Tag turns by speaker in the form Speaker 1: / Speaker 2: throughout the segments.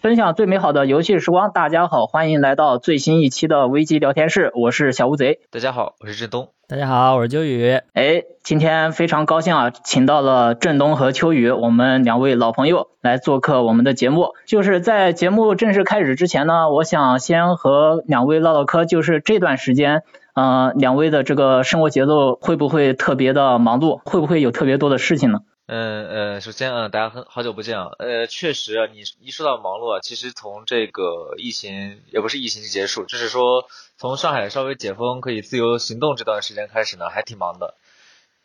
Speaker 1: 分享最美好的游戏时光。大家好，欢迎来到最新一期的危机聊天室，我是小乌贼。
Speaker 2: 大家好，我是振东。
Speaker 3: 大家好，我是秋雨。
Speaker 1: 哎，今天非常高兴啊，请到了振东和秋雨，我们两位老朋友来做客我们的节目。就是在节目正式开始之前呢，我想先和两位唠唠嗑，就是这段时间，呃，两位的这个生活节奏会不会特别的忙碌？会不会有特别多的事情呢？
Speaker 2: 嗯呃，首先啊，大家很好久不见啊。呃，确实啊，你一说到忙碌啊，其实从这个疫情也不是疫情结束，就是说从上海稍微解封可以自由行动这段时间开始呢，还挺忙的，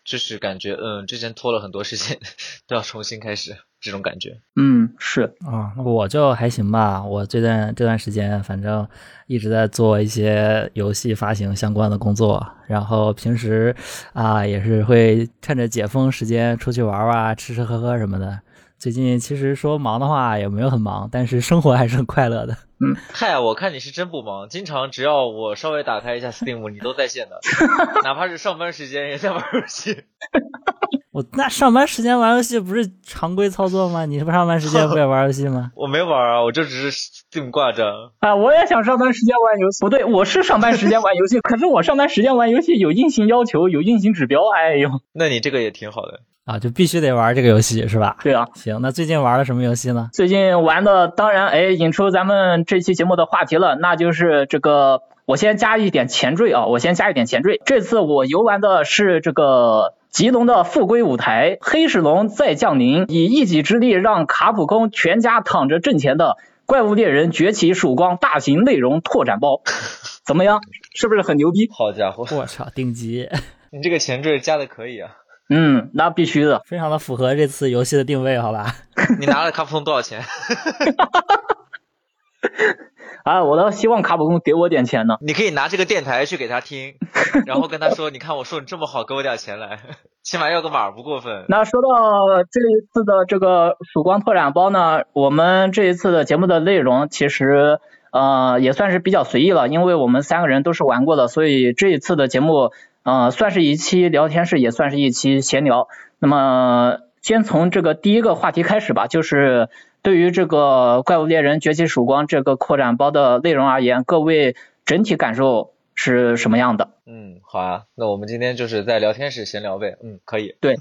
Speaker 2: 就是感觉嗯，之前拖了很多事情 都要重新开始，这种感觉。
Speaker 1: 嗯，是，
Speaker 3: 啊、我就还行吧。我这段这段时间，反正一直在做一些游戏发行相关的工作，然后平时啊也是会趁着解封时间出去玩玩啊，吃吃喝喝什么的。最近其实说忙的话也没有很忙，但是生活还是很快乐的。
Speaker 2: 嗨，啊我看你是真不忙，经常只要我稍微打开一下 Steam，你都在线的， 哪怕是上班时间也在玩游戏。
Speaker 3: 我那上班时间玩游戏不是常规操作吗？你不上班时间不也玩游戏吗？
Speaker 2: 我没玩啊，我就只是 Steam 挂着。
Speaker 1: 啊，我也想上班时间玩游戏。不对，我是上班时间玩游戏， 可是我上班时间玩游戏有硬性要求，有硬性指标。哎呦，
Speaker 2: 那你这个也挺好的。
Speaker 3: 啊，就必须得玩这个游戏是吧？
Speaker 1: 对啊，
Speaker 3: 行，那最近玩了什么游戏呢？
Speaker 1: 最近玩的，当然，哎，引出咱们这期节目的话题了，那就是这个，我先加一点前缀啊，我先加一点前缀。这次我游玩的是这个吉隆的复归舞台，黑石龙再降临，以一己之力让卡普空全家躺着挣钱的《怪物猎人崛起：曙光》大型内容拓展包，怎么样？是不是很牛逼？
Speaker 2: 好家伙，
Speaker 3: 我操，顶级，
Speaker 2: 你这个前缀加的可 以啊！
Speaker 1: 嗯，那必须的。
Speaker 3: 非常的符合这次游戏的定位，好吧？
Speaker 2: 你拿了卡普空多少钱？
Speaker 1: 啊，我倒希望卡普空给我点钱呢。
Speaker 2: 你可以拿这个电台去给他 听，然后跟他说：“你看我说你这么好，给我点钱来， 起码要个码儿不过分。
Speaker 1: 那说到这一次的这个曙光拓展包呢，我们这一次的节目的内容其实呃也算是比较随意了，因为我们三个人都是玩过的，所以这一次的节目呃算是一期聊天室，也算是一期闲聊。那么先从这个第一个话题开始吧，就是对于这个《怪物猎人崛起曙光》这个扩展包的内容而言，各位整体感受是什么样的？”
Speaker 2: 嗯，好啊，那我们今天就是在聊天室闲聊呗。嗯，可以。
Speaker 1: 对。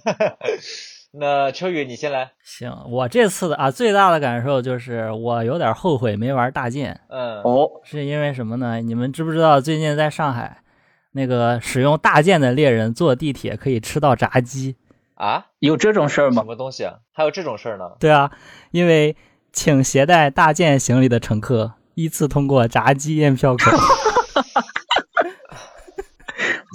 Speaker 2: 那秋雨你先来。
Speaker 3: 行，我这次的啊，最大的感受就是我有点后悔没玩大剑，
Speaker 2: 嗯。
Speaker 1: 哦，
Speaker 3: 是因为什么呢？你们知不知道最近在上海，那个使用大剑的猎人坐地铁可以吃到炸鸡？
Speaker 2: 啊？
Speaker 1: 有这种事儿吗
Speaker 2: 什？么东西啊？还有这种事儿呢？
Speaker 3: 对啊，因为请携带大件行李的乘客依次通过炸鸡验票口。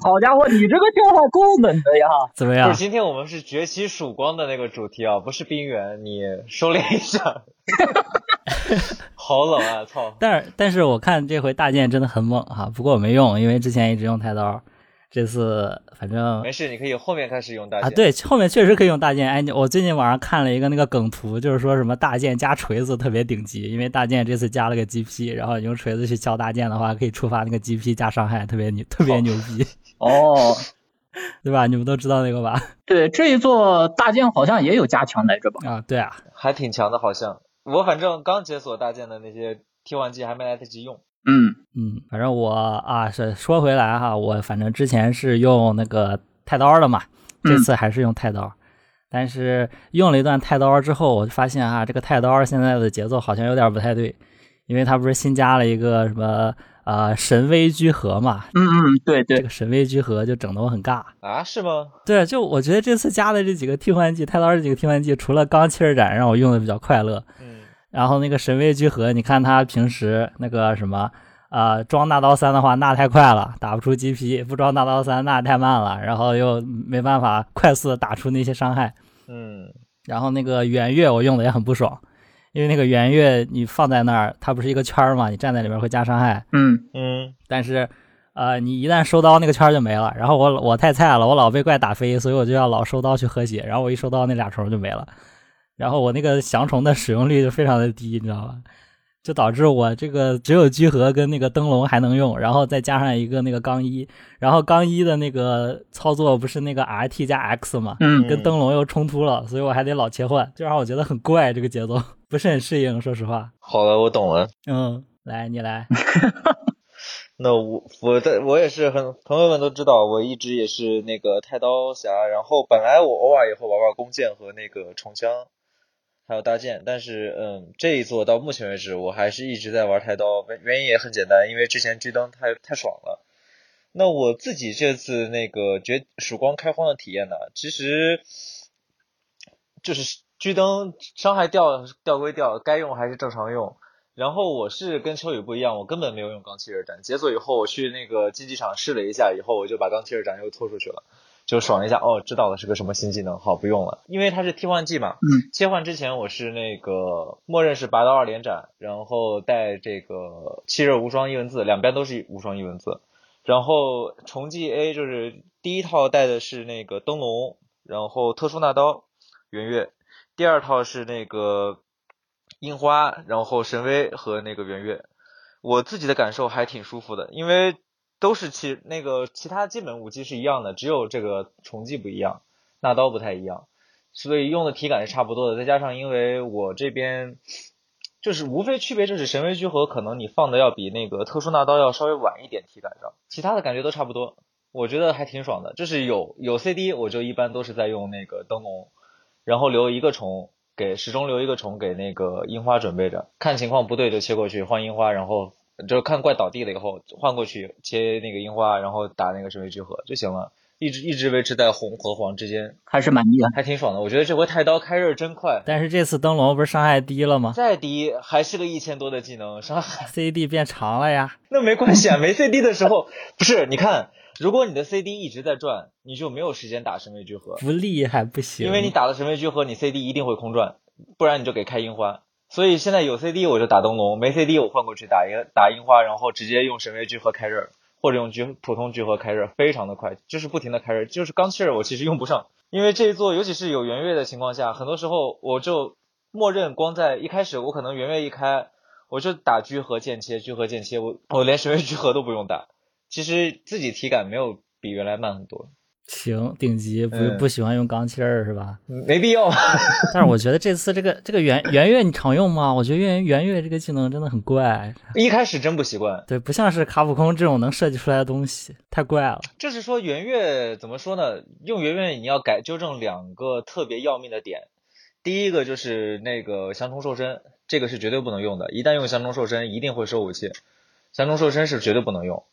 Speaker 1: 好家伙，你这个笑话够冷的呀！
Speaker 3: 怎么
Speaker 2: 不
Speaker 3: 样
Speaker 2: 是，？今天我们是崛起曙光的那个主题啊，不是冰原，你收敛一下。 好冷啊！操。
Speaker 3: 但是但是我看这回大件真的很猛哈、不过我没用，因为之前一直用太刀，这次反正
Speaker 2: 没事，你可以后面开始用大姐。
Speaker 3: 啊，对，后面确实可以用大剑。哎，你我最近网上看了一个那个梗图，就是说什么大剑加锤子特别顶级，因为大剑这次加了个 GP，然后你用锤子去敲大剑的话，可以触发那个 GP 加伤害，特别牛，特别牛逼，
Speaker 1: 哦，
Speaker 3: 对吧？你们都知道那个吧？
Speaker 1: 对，这一座大剑好像也有加强来着吧？
Speaker 3: 啊，对啊，
Speaker 2: 还挺强的，好像。我反正刚解锁大剑的那些替换技还没来得及用。
Speaker 1: 嗯，
Speaker 3: 嗯，反正我啊是说回来哈，我反正之前是用那个太刀的嘛，这
Speaker 1: 嗯
Speaker 3: 次还是用太刀。但是用了一段太刀之后，我就发现哈、啊这个太刀现在的节奏好像有点不太对，因为它不是新加了一个什么呃神威居合嘛，
Speaker 1: 嗯嗯，对
Speaker 3: 这
Speaker 1: 对，
Speaker 3: 个神威居合就整得我很尬。
Speaker 2: 啊，是吗？
Speaker 3: 对，就我觉得这次加的这几个替换技，太刀这几个替换技，除了钢气儿斩让我用的比较快乐，
Speaker 2: 嗯，
Speaker 3: 然后那个神威居合，你看他平时那个什么，呃，装大刀三的话，那太快了，打不出 GP；不装大刀三，那太慢了，然后又没办法快速的打出那些伤害。
Speaker 2: 嗯，
Speaker 3: 然后那个圆月我用的也很不爽，因为那个圆月你放在那儿，它不是一个圈儿嘛，你站在里面会加伤害，
Speaker 1: 嗯，
Speaker 2: 嗯，
Speaker 3: 但是。呃，你一旦收刀，那个圈儿就没了。然后我我太菜了，我老被怪打飞，所以我就要老收刀去喝血。然后我一收刀，那俩虫就没了。然后我那个降虫的使用率就非常的低，你知道吧？就导致我这个只有居合跟那个灯笼还能用，然后再加上一个那个钢一，然后钢一的那个操作不是那个 R T 加 X 嘛，
Speaker 1: 嗯
Speaker 3: 跟灯笼又冲突了，所以我还得老切换，就让我觉得很怪，这个节奏 不是很适应，说实话。
Speaker 2: 好了，我懂了。
Speaker 3: 嗯，来你来，
Speaker 2: 那我我在我也是很朋友们都知道，我一直也是那个太刀侠。然后本来我偶尔也会玩玩弓箭和那个重枪，还有搭建。但是嗯，这一座到目前为止，我还是一直在玩太刀。原原因也很简单，因为之前追灯太太爽了。那我自己这次那个绝曙光开荒的体验呢，其实就是追灯伤害掉掉归掉，该用还是正常用。然后我是跟秋雨不一样，我根本没有用钢七二斩。解锁以后，我去那个竞技场试了一下，以后我就把钢七二斩又拖出去了，就爽了一下。哦，知道了是个什么新技能，好不用了，因为它是替换技嘛。
Speaker 1: 嗯。
Speaker 2: 切换之前我是那个默认是拔刀二连斩，然后带这个七刃无双一文字，两边都是无双一文字。然后重技 A 就是第一套带的是那个灯笼，然后特殊那刀圆月，第二套是那个樱花，然后神威和那个圆月。我自己的感受还挺舒服的，因为都是其那个其他基本武器是一样的，只有这个重技不一样，那刀不太一样，所以用的体感是差不多的。再加上因为我这边就是无非区别就是神威居合可能你放的要比那个特殊那刀要稍微晚一点体感上，其他的感觉都差不多。我觉得还挺爽的，就是有有 CD 我就一般都是在用那个灯笼，然后留一个虫给始终留一个虫给那个樱花准备着，看情况不对就切过去换樱花，然后就是看怪倒地了以后换过去切那个樱花，然后打那个神威聚合就行了，一直一直维持在红和黄之间，
Speaker 1: 还是啊蛮厉害。
Speaker 2: 还挺爽的。我觉得这回太刀开刃真快，
Speaker 3: 但是这次灯笼不是伤害低了吗
Speaker 2: 再低还是个一千多的技能伤害。
Speaker 3: ？C D 变长了呀，
Speaker 2: 那没关系啊，没 CD 的时候不是你看，如果你的 CD 一直在转，你就没有时间打神威聚合，
Speaker 3: 不厉害不行，
Speaker 2: 因为你打了神威聚合，你 CD 一定会空转，不然你就给开樱花。所以现在有 CD 我就打灯笼，没 CD 我换过去打樱打樱花，然后直接用神威聚合开刃，或者用聚普通聚合开刃，非常的快，就是不停的开刃。就是钢气儿我其实用不上，因为这一座尤其是有圆月的情况下，很多时候我就默认光在一开始我可能圆月一开，我就打聚合剑切，聚合剑切，我我连神威聚合都不用打，其实自己体感没有比原来慢很多，
Speaker 3: 行顶级不、
Speaker 2: 嗯
Speaker 3: 不喜欢用钢气儿是吧？
Speaker 2: 没必要。
Speaker 3: 但是我觉得这次这个这个圆圆月你常用吗？我觉得圆圆月这个技能真的很怪，
Speaker 2: 一开始真不习惯，
Speaker 3: 对，不像是卡普空这种能设计出来的东西，太怪了。
Speaker 2: 就是说圆月怎么说呢？用圆月你要改纠正两个特别要命的点，第一个就是那个降虫瘦身，这个是绝对不能用的，一旦用降虫瘦身一定会收武器，降虫瘦身是绝对不能用。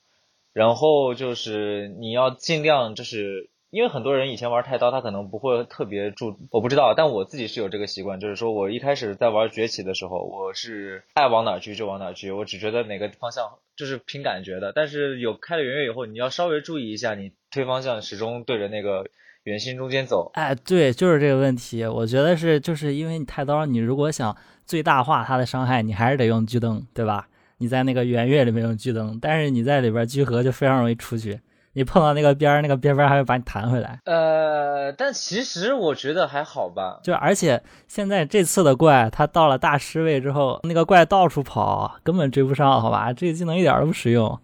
Speaker 2: 然后就是你要尽量就是。因为很多人以前玩太刀，他可能不会特别注，我不知道，但我自己是有这个习惯，就是说我一开始在玩崛起的时候，我是爱往哪儿狙就往哪儿狙，我只觉得哪个方向就是凭感觉的。但是有开了圆月以后，你要稍微注意一下，你推方向始终对着那个圆心中间走，
Speaker 3: 哎，对，就是这个问题。我觉得是，就是因为你太刀，你如果想最大化它的伤害，你还是得用狙灯，对吧？你在那个圆月里面用狙灯，但是你在里边聚合就非常容易出去，你碰到那个边儿，那个边边还会把你弹回来。
Speaker 2: 呃，但其实我觉得还好吧。
Speaker 3: 就而且现在这次的怪，它到了大师位之后，那个怪到处跑，根本追不上，好吧？这个技能一点都不实用。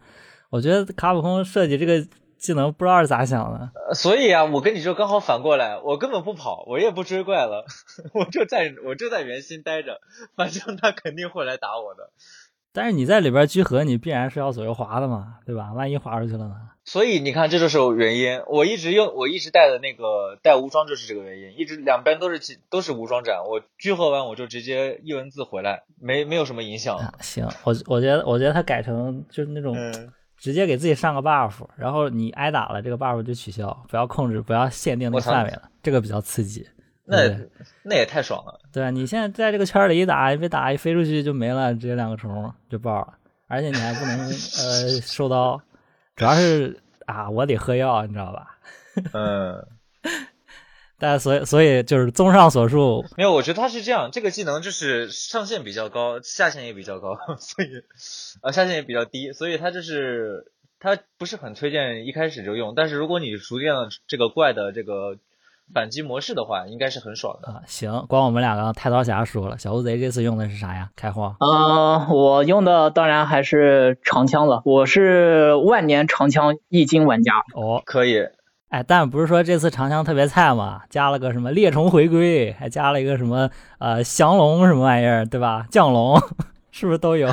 Speaker 3: 我觉得卡普空设计这个技能不知道是咋想的，
Speaker 2: 呃所以啊，我跟你就刚好反过来，我根本不跑，我也不追怪了， 我就在我就在圆心待着，反正他肯定会来打我的。
Speaker 3: 但是你在里边聚合，你必然是要左右滑的嘛，对吧？万一滑出去了呢？
Speaker 2: 所以你看，这就是原因。我一直用，我一直带的那个带无双就是这个原因，一直两边都是起都是无双斩。我聚合完我就直接一文字回来，没没有什么影响。
Speaker 3: 啊，行，我我觉得我觉得他改成就是那种
Speaker 2: 嗯，
Speaker 3: 直接给自己上个 buff，、然后你挨打了，这个 buff 就取消，不要控制，不要限定那
Speaker 2: 我
Speaker 3: 个
Speaker 2: 操
Speaker 3: 范围了，这个比较刺激。
Speaker 2: 那
Speaker 3: 对
Speaker 2: 也那也太爽了。
Speaker 3: 对吧？你现在在这个圈里一打，一被打一飞出去就没了，直接两个虫就爆了，而且你还不能呃收刀，主要是啊，我得喝药，你知道吧？
Speaker 2: 嗯。
Speaker 3: 但所以所以就是综上所述，
Speaker 2: 没有，我觉得他是这样，这个技能就是上限比较高，下限也比较高， 所以呃下限也比较低，所以他就是他不是很推荐一开始就用，但是如果你熟练了这个怪的这个反击模式的话，应该是很爽的。
Speaker 3: 啊，行，光我们两个太刀侠输了，小乌贼这次用的是啥呀？开荒
Speaker 1: 嗯、我用的当然还是长枪了，我是万年长枪易经玩家。
Speaker 3: 哦，
Speaker 2: 可以，
Speaker 3: 哎，但不是说这次长枪特别菜嘛，加了个什么猎虫回归，还加了一个什么呃降龙什么玩意儿，对吧？降龙 是不是都有？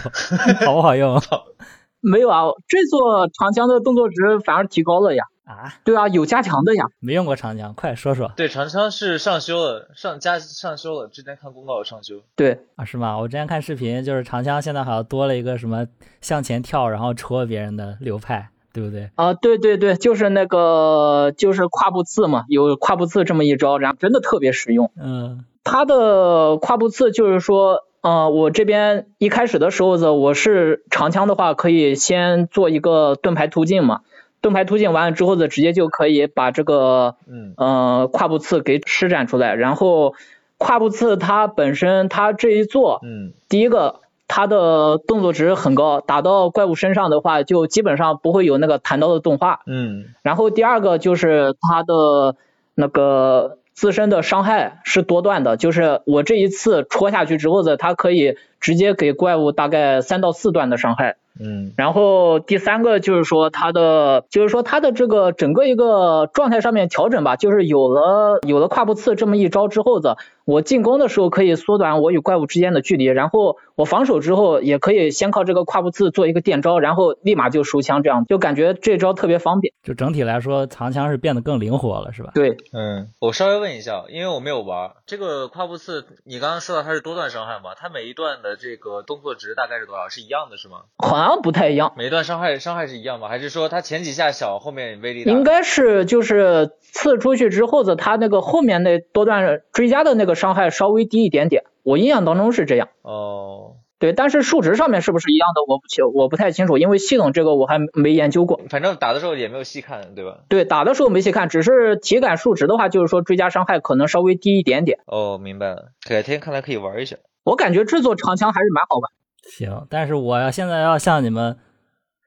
Speaker 3: 好不好用
Speaker 1: 没有啊，这座长枪的动作值反而提高了呀。
Speaker 3: 啊？
Speaker 1: 对啊，有加强的呀。
Speaker 3: 没用过长枪，快说说
Speaker 2: 对，长枪是上修了，上加上修了。之前看公告有上修，
Speaker 1: 对，
Speaker 3: 啊？是吗？我之前看视频，就是长枪现在好像多了一个什么向前跳，然后戳别人的流派，对不对？
Speaker 1: 啊、对对对，就是那个就是跨步刺嘛，有跨步刺这么一招，然后真的特别实用。
Speaker 3: 嗯
Speaker 1: 它的跨步刺就是说，呃，我这边一开始的时候呢，我是长枪的话，可以先做一个盾牌突进嘛。盾牌突进完了之后呢，直接就可以把这个
Speaker 2: 嗯，
Speaker 1: 呃跨步刺给施展出来。然后跨步刺它本身，它这一做，
Speaker 2: 嗯，
Speaker 1: 第一个它的动作值很高，打到怪物身上的话，就基本上不会有那个弹刀的动画。
Speaker 2: 嗯，
Speaker 1: 然后第二个就是它的那个自身的伤害是多段的，就是我这一次戳下去之后呢，它可以直接给怪物大概三到四段的伤害。
Speaker 2: 嗯，
Speaker 1: 然后第三个就是说它的，就是说它的这个整个一个状态上面调整吧，就是有了有了跨步刺这么一招之后的，我进攻的时候可以缩短我与怪物之间的距离，然后我防守之后也可以先靠这个跨步刺做一个电招，然后立马就收枪，这样就感觉这招特别方便。
Speaker 3: 就整体来说，长枪是变得更灵活了，是吧？
Speaker 1: 对，
Speaker 2: 嗯，我稍微问一下，因为我没有玩儿这个跨步刺，你刚刚说到它是多段伤害嘛？它每一段的这个动作值大概是多少？是一样的是吗？
Speaker 1: 好像不太一样。
Speaker 2: 每一段伤害伤害是一样吗？还是说它前几下小，后面威力大？
Speaker 1: 应该是就是刺出去之后的，他那个后面那多段追加的那个伤害稍微低一点点，我印象当中是这样。
Speaker 2: 哦，
Speaker 1: 对，但是数值上面是不是一样的，我不清，我不太清楚，因为系统这个我还没研究过。
Speaker 2: 反正打的时候也没有细看，对吧？
Speaker 1: 对，打的时候没细看，只是体感数值的话，就是说追加伤害可能稍微低一点点。
Speaker 2: 哦，明白了，改天看来可以玩一下。
Speaker 1: 我感觉制作长枪还是蛮好玩。
Speaker 3: 行，但是我要现在要向你们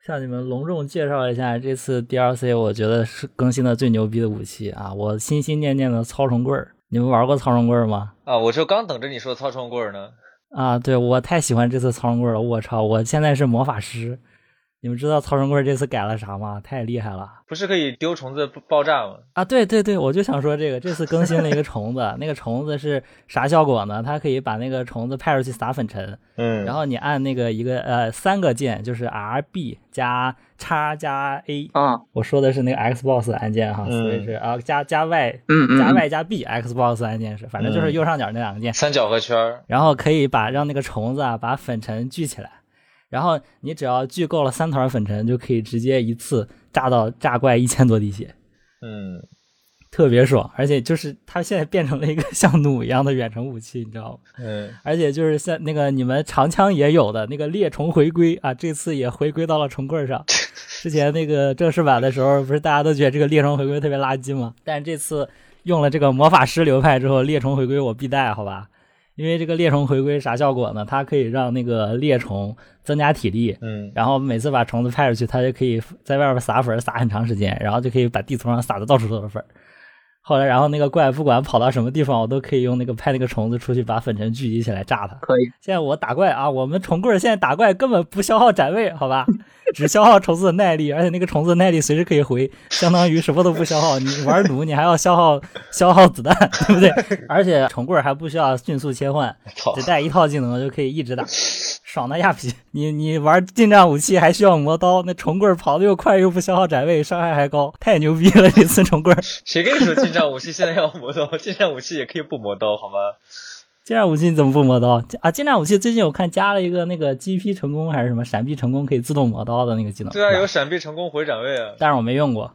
Speaker 3: 向你们隆重介绍一下这次 DLC，我觉得是更新的最牛逼的武器啊！我心心念念的操虫棍儿，你们玩过操虫棍儿吗？
Speaker 2: 啊，我就刚等着你说操虫棍儿呢。
Speaker 3: 啊，对我太喜欢这次操虫棍儿了，我操！我现在是魔法师，你们知道操虫棍儿这次改了啥吗？太厉害了！
Speaker 2: 不是可以丢虫子爆爆炸吗？
Speaker 3: 啊，对对对，我就想说这个，这次更新了一个虫子，那个虫子是啥效果呢？它可以把那个虫子派出去撒粉尘，
Speaker 2: 嗯
Speaker 3: 然
Speaker 2: 后
Speaker 3: 后你按那个一个呃三个键，就是 R B 加叉加 A，
Speaker 1: 啊，
Speaker 3: 我说的是那个 Xbox 按键哈，
Speaker 2: 嗯
Speaker 3: 所以是啊加加 Y
Speaker 1: 嗯嗯
Speaker 3: 加
Speaker 1: 嗯
Speaker 3: Y 加 B Xbox 按键是，反正就是右上角那两个键，
Speaker 2: 三角和圈儿，
Speaker 3: 然后可以把让那个虫子啊把粉尘聚起来，然后你只要聚够了三团粉尘，就可以直接一次炸到炸怪一千多滴血。
Speaker 2: 嗯，
Speaker 3: 特别爽，而且就是它现在变成了一个 像弩一样的远程武器，你知道吗？
Speaker 2: 嗯，
Speaker 3: 而且就是像那个你们长枪也有的那个猎虫回归啊，这次也回归到了虫棍上。之前那个正式版的时候，不是大家都觉得这个猎虫回归特别垃圾吗？但这次用了这个魔法师流派之后，猎虫回归我必带，好吧？因为这个猎虫回归啥效果呢？它可以让那个猎虫增加体力，
Speaker 2: 嗯，
Speaker 3: 然后每次把虫子派出去，它就可以在外边撒粉儿撒很长时间，然后就可以把地图上撒的到处都是粉儿。后来，然后那个怪不管跑到什么地方，我都可以用那个派那个虫子出去把粉尘聚集起来炸它。
Speaker 1: 可以。
Speaker 3: 现在我打怪啊，我们虫棍儿现在打怪根本不消耗展位，好吧， 只消耗虫子的耐力，而且那个虫子的耐力随时可以回，相当于什么都不消耗。你玩弩你还要消耗消耗子弹，对不对？而且虫棍儿还不需要迅速切换，
Speaker 2: 操
Speaker 3: 只，带一套技能就可以一 直打，爽的亚皮。你你玩近战武器还需要磨刀，那虫棍儿跑得又快又不消耗展位，伤害还高，太牛逼了！这次 虫棍儿，
Speaker 2: 谁跟你说近战武器现在要磨刀？ 近战武器也可以不磨刀，好吗？
Speaker 3: 近战武器你怎么不磨刀啊？近战武器最近我看加了一个那个击劈成功还是什么闪避成功可以自动磨刀的那个技能，
Speaker 2: 对啊，
Speaker 3: 是吧
Speaker 2: 有闪避成功回展位啊。
Speaker 3: 但是我没用过。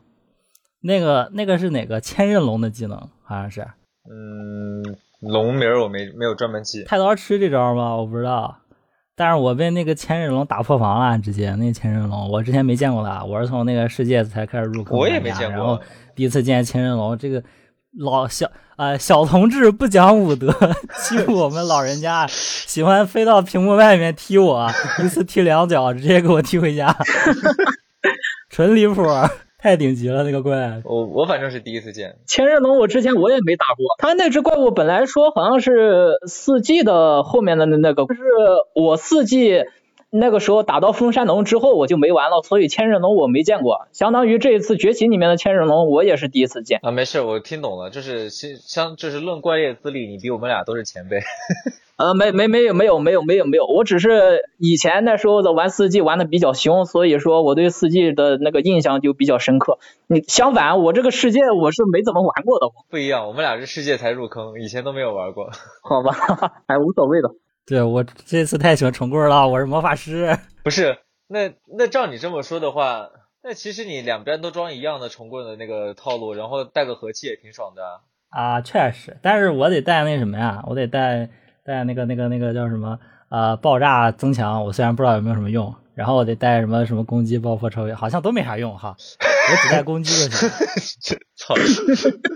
Speaker 3: 那个那个是哪个千仞龙的技能？好像是
Speaker 2: 嗯，龙名儿我没没有专门记。
Speaker 3: 太刀吃这招吗？我不知道。但是我被那个千仞龙打破防了，直接那千仞龙我之前没见过他，我是从那个世界才开始入坑
Speaker 2: 我也
Speaker 3: 玩
Speaker 2: 没
Speaker 3: 家
Speaker 2: 见
Speaker 3: 啊然后
Speaker 2: 过，
Speaker 3: 第一次见千仞龙，这个老小啊、小同志不讲武德， 欺负我们老人家，喜欢飞到屏幕外面踢 我，一次踢两脚，直接给我踢回家，纯离谱，太顶级了那个怪。
Speaker 2: 我我反正是第一次见，
Speaker 1: 千刃龙我之前我也没打过，他那只怪物本来说好像是四季的后面的那那个，但是我四季那个时候打到风山龙之后我就没玩了，所以千刃龙我没见过，相当于这一次崛起里面的千刃龙我也是第一次见。
Speaker 2: 啊，没事，我听懂了，就是相相就是论怪猎资历，你比我们俩都是前辈。
Speaker 1: 呃，没没没有没有没有没有没有，我只是以前那时候的玩四 G 玩的比较凶，所以说我对四 G 的那个印象就比较深刻。你相反，我这个世界我是没怎么玩过的，
Speaker 2: 不一样，我们俩是世界才入坑，以前都没有玩过。
Speaker 1: 好吧， 哎，无所谓的。
Speaker 3: 对我这次太喜欢重棍了，我是魔法师。
Speaker 2: 不是，那那照你这么说的话，那其实你两边都装一样的重棍的那个套路，然后带个和气也挺爽的啊。
Speaker 3: 啊，确实，但是我得带那什么呀，我得带带那个那个那个叫什么呃爆炸增强，我虽然不知道有没有什么用，然后我得带什么什么攻击爆破超越，好像都没啥用哈，我只带攻击就行。
Speaker 2: 操！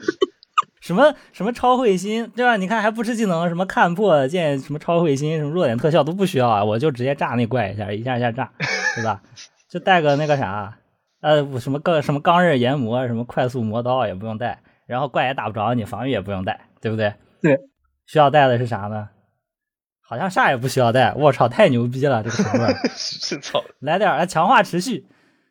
Speaker 3: 什么什么超会心，对吧？你看还不吃技能，什么看破见什么超会心，什么弱点特效都不需要啊，我就直接炸那怪一下，一下一下炸，对吧？就带个那个啥，呃，我什么钢什么钢刃研磨，什么快速磨刀也不用带，然后怪也打不着你，防御也不用带，对不对？
Speaker 1: 对，
Speaker 3: 需要带的是啥呢？好像啥也不需要带，我操，太牛逼了，这个成分，
Speaker 2: 是操，
Speaker 3: 来点儿啊强化持续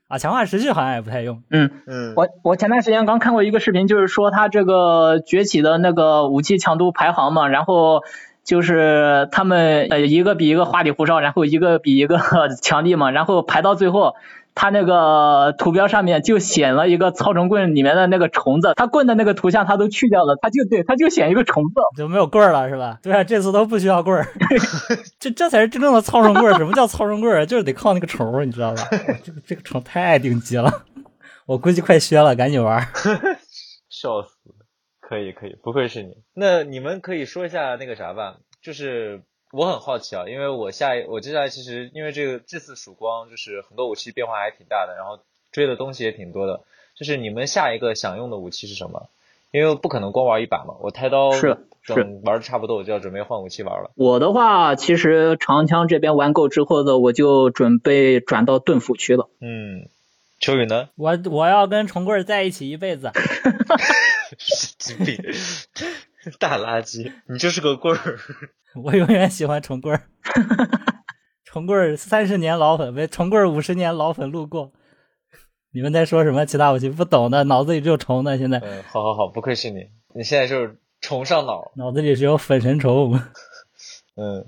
Speaker 3: 啊，强化持续好像也不太用，
Speaker 1: 嗯，
Speaker 2: 嗯，
Speaker 1: 我我前段时间刚看过一个视频，就是说他这个崛起的那个武器强度排行嘛，然后就是他们呃一个比一个花里胡哨，然后一个比一个 强力嘛，然后排到最后。他那个图标上面就显了一个操虫棍里面的那个虫子，他棍的那个图像他都去掉了，他就对他就显一个虫子。
Speaker 3: 就没有棍儿了，是吧？对啊，这次都不需要棍儿，这这才是真正的操纵棍儿。什么叫操纵棍儿？啊就是得靠那个虫儿，你知道吧？哇这个这个虫太顶级了，我估计快削了，赶紧玩儿。
Speaker 2: 笑死了，可以可以，不愧是你。那你们可以说一下那个啥吧，就是我很好奇啊，因为我下一我接下来其实因为这个这次曙光就是很多武器变化还挺大的，然后追的东西也挺多的，就是你们下一个想用的武器是什么？因为不可能光玩一把嘛，我太刀
Speaker 1: 是是
Speaker 2: 等玩的差不多，我就要准备换武器玩了。
Speaker 1: 我的话，其实长枪这边玩够之后的，我就准备转到盾斧区了。
Speaker 2: 嗯，秋雨呢？
Speaker 3: 我我要跟虫棍儿在一起一辈子。
Speaker 2: 神经病，大垃圾，你就是个棍儿。
Speaker 3: 我永远喜欢重棍儿，重棍儿三十年老粉，不是重棍儿五十年老粉路过。你们在说什么其他武器？不懂的，脑子里只有虫呢。现在
Speaker 2: 嗯，好好好，不愧是你，你现在就是崇尚脑。
Speaker 3: 脑子里只有粉神虫。
Speaker 2: 嗯，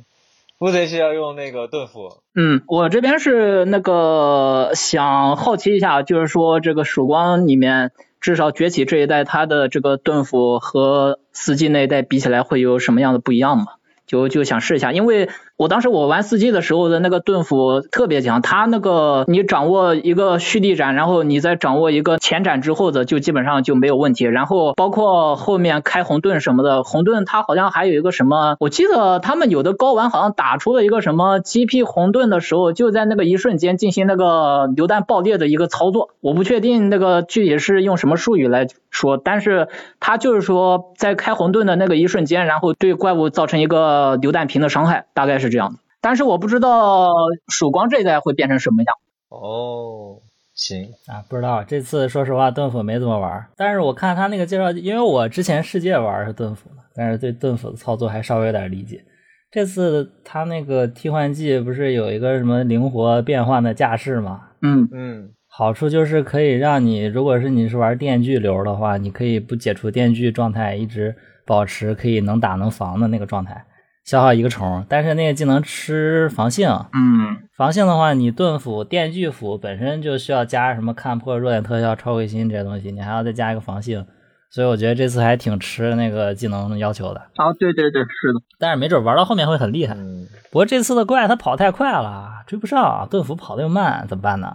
Speaker 2: 乌贼是要用那个盾斧，
Speaker 1: 嗯，我这边是那个想好奇一下，就是说这个曙光里面，至少崛起这一代，它的这个盾斧和四季那一代比起来，会有什么样的不一样吗？就就想试一下，因为我当时我玩四 G 的时候的那个盾斧特别强，它那个你掌握一个蓄力斩，然后你再掌握一个前斩之后的，就基本上就没有问题。然后包括后面开红盾什么的，红盾它好像还有一个什么，我记得他们有的高玩好像打出了一个什么 GP 红盾的时候，就在那个一瞬间进行那个榴弹爆裂的一个操作，我不确定那个具体是用什么术语来说，但是他就是说在开红盾的那个一瞬间，然后对怪物造成一个榴弹瓶的伤害，大概是这样的。但是我不知道曙光这一代会变成什么样。
Speaker 2: 哦，行，
Speaker 3: 啊，不知道这次说实话盾斧没怎么玩儿，但是我看他那个介绍，因为我之前世界玩儿是盾斧嘛，但是对盾斧的操作还稍微有点理解。这次他那个替换技不是有一个什么灵活变换的架势吗？
Speaker 1: 嗯
Speaker 2: 嗯，
Speaker 3: 好处就是可以让你，如果是你是玩电锯流的话，你可以不解除电锯状态，一直保持可以能打能防的那个状态，消耗一个虫，但是那个技能吃防性，
Speaker 1: 嗯
Speaker 3: 防性的话，你盾斧、电锯斧本身就需要加什么看破、弱点特效、超会心这些东西，你还要再加一个防性，所以我觉得这次还挺吃那个技能要求的。
Speaker 1: 啊，对对对，是的。
Speaker 3: 但是没准玩到后面会很厉害。
Speaker 2: 嗯，
Speaker 3: 不过这次的怪它跑太快了，追不上，盾斧跑得又慢，怎么办呢？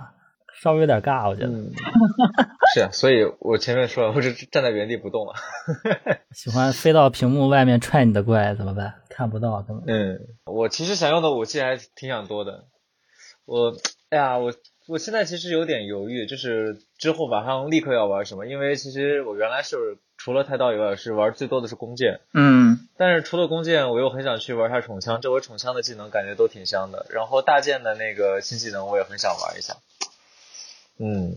Speaker 3: 稍微有点尬，我觉得。
Speaker 2: 嗯是啊，所以我前面说了，我就站在原地不动了。
Speaker 3: 喜欢飞到屏幕外面踹你的怪怎么办？看不到，根本。
Speaker 2: 嗯，我其实想用的武器还挺想多的。我，哎呀，我我现在其实有点犹豫，就是之后马上立刻要玩什么，因为其实我原来是除了太刀以外，是玩最多的是弓箭。
Speaker 1: 嗯
Speaker 2: 但是除了弓箭，我又很想去玩一下宠枪。这回宠枪的技能感觉都挺香的，然后大剑的那个新技能我也很想玩一下。嗯，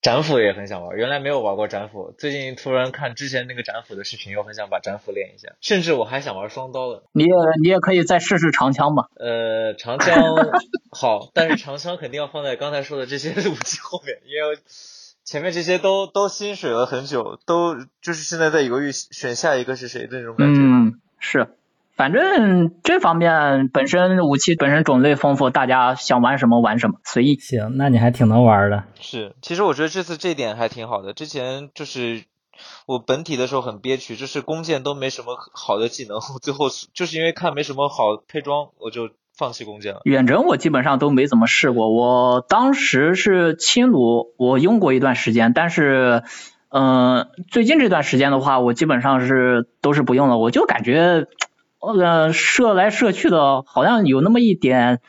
Speaker 2: 斩斧也很想玩，原来没有玩过斩斧，最近突然看之前那个斩斧的视频，我很想把斩斧练一下，甚至我还想玩双刀了。
Speaker 1: 你也你也可以再试试长枪嘛。
Speaker 2: 呃，长枪好，但是长枪肯定要放在刚才说的这些武器后面，因为前面这些都都心水了很久，都就是现在在犹豫选下一个是谁的那种感觉。
Speaker 1: 嗯，是，反正这方面本身武器本身种类丰富，大家想玩什么玩什么，随意。
Speaker 3: 行，那你还挺能玩的。
Speaker 2: 是，其实我觉得这次这点还挺好的。之前就是我本体的时候很憋屈，就是弓箭都没什么好的技能， 最后就是因为看没什么好配装，我就放弃弓箭了。
Speaker 1: 远征我基本上都没怎么试过，我当时是轻弩，我用过一段时间，但是。嗯、呃，最近这段时间的话，我基本上是都是不用了，我就感觉，呃，射来射去的，好像有那么一点，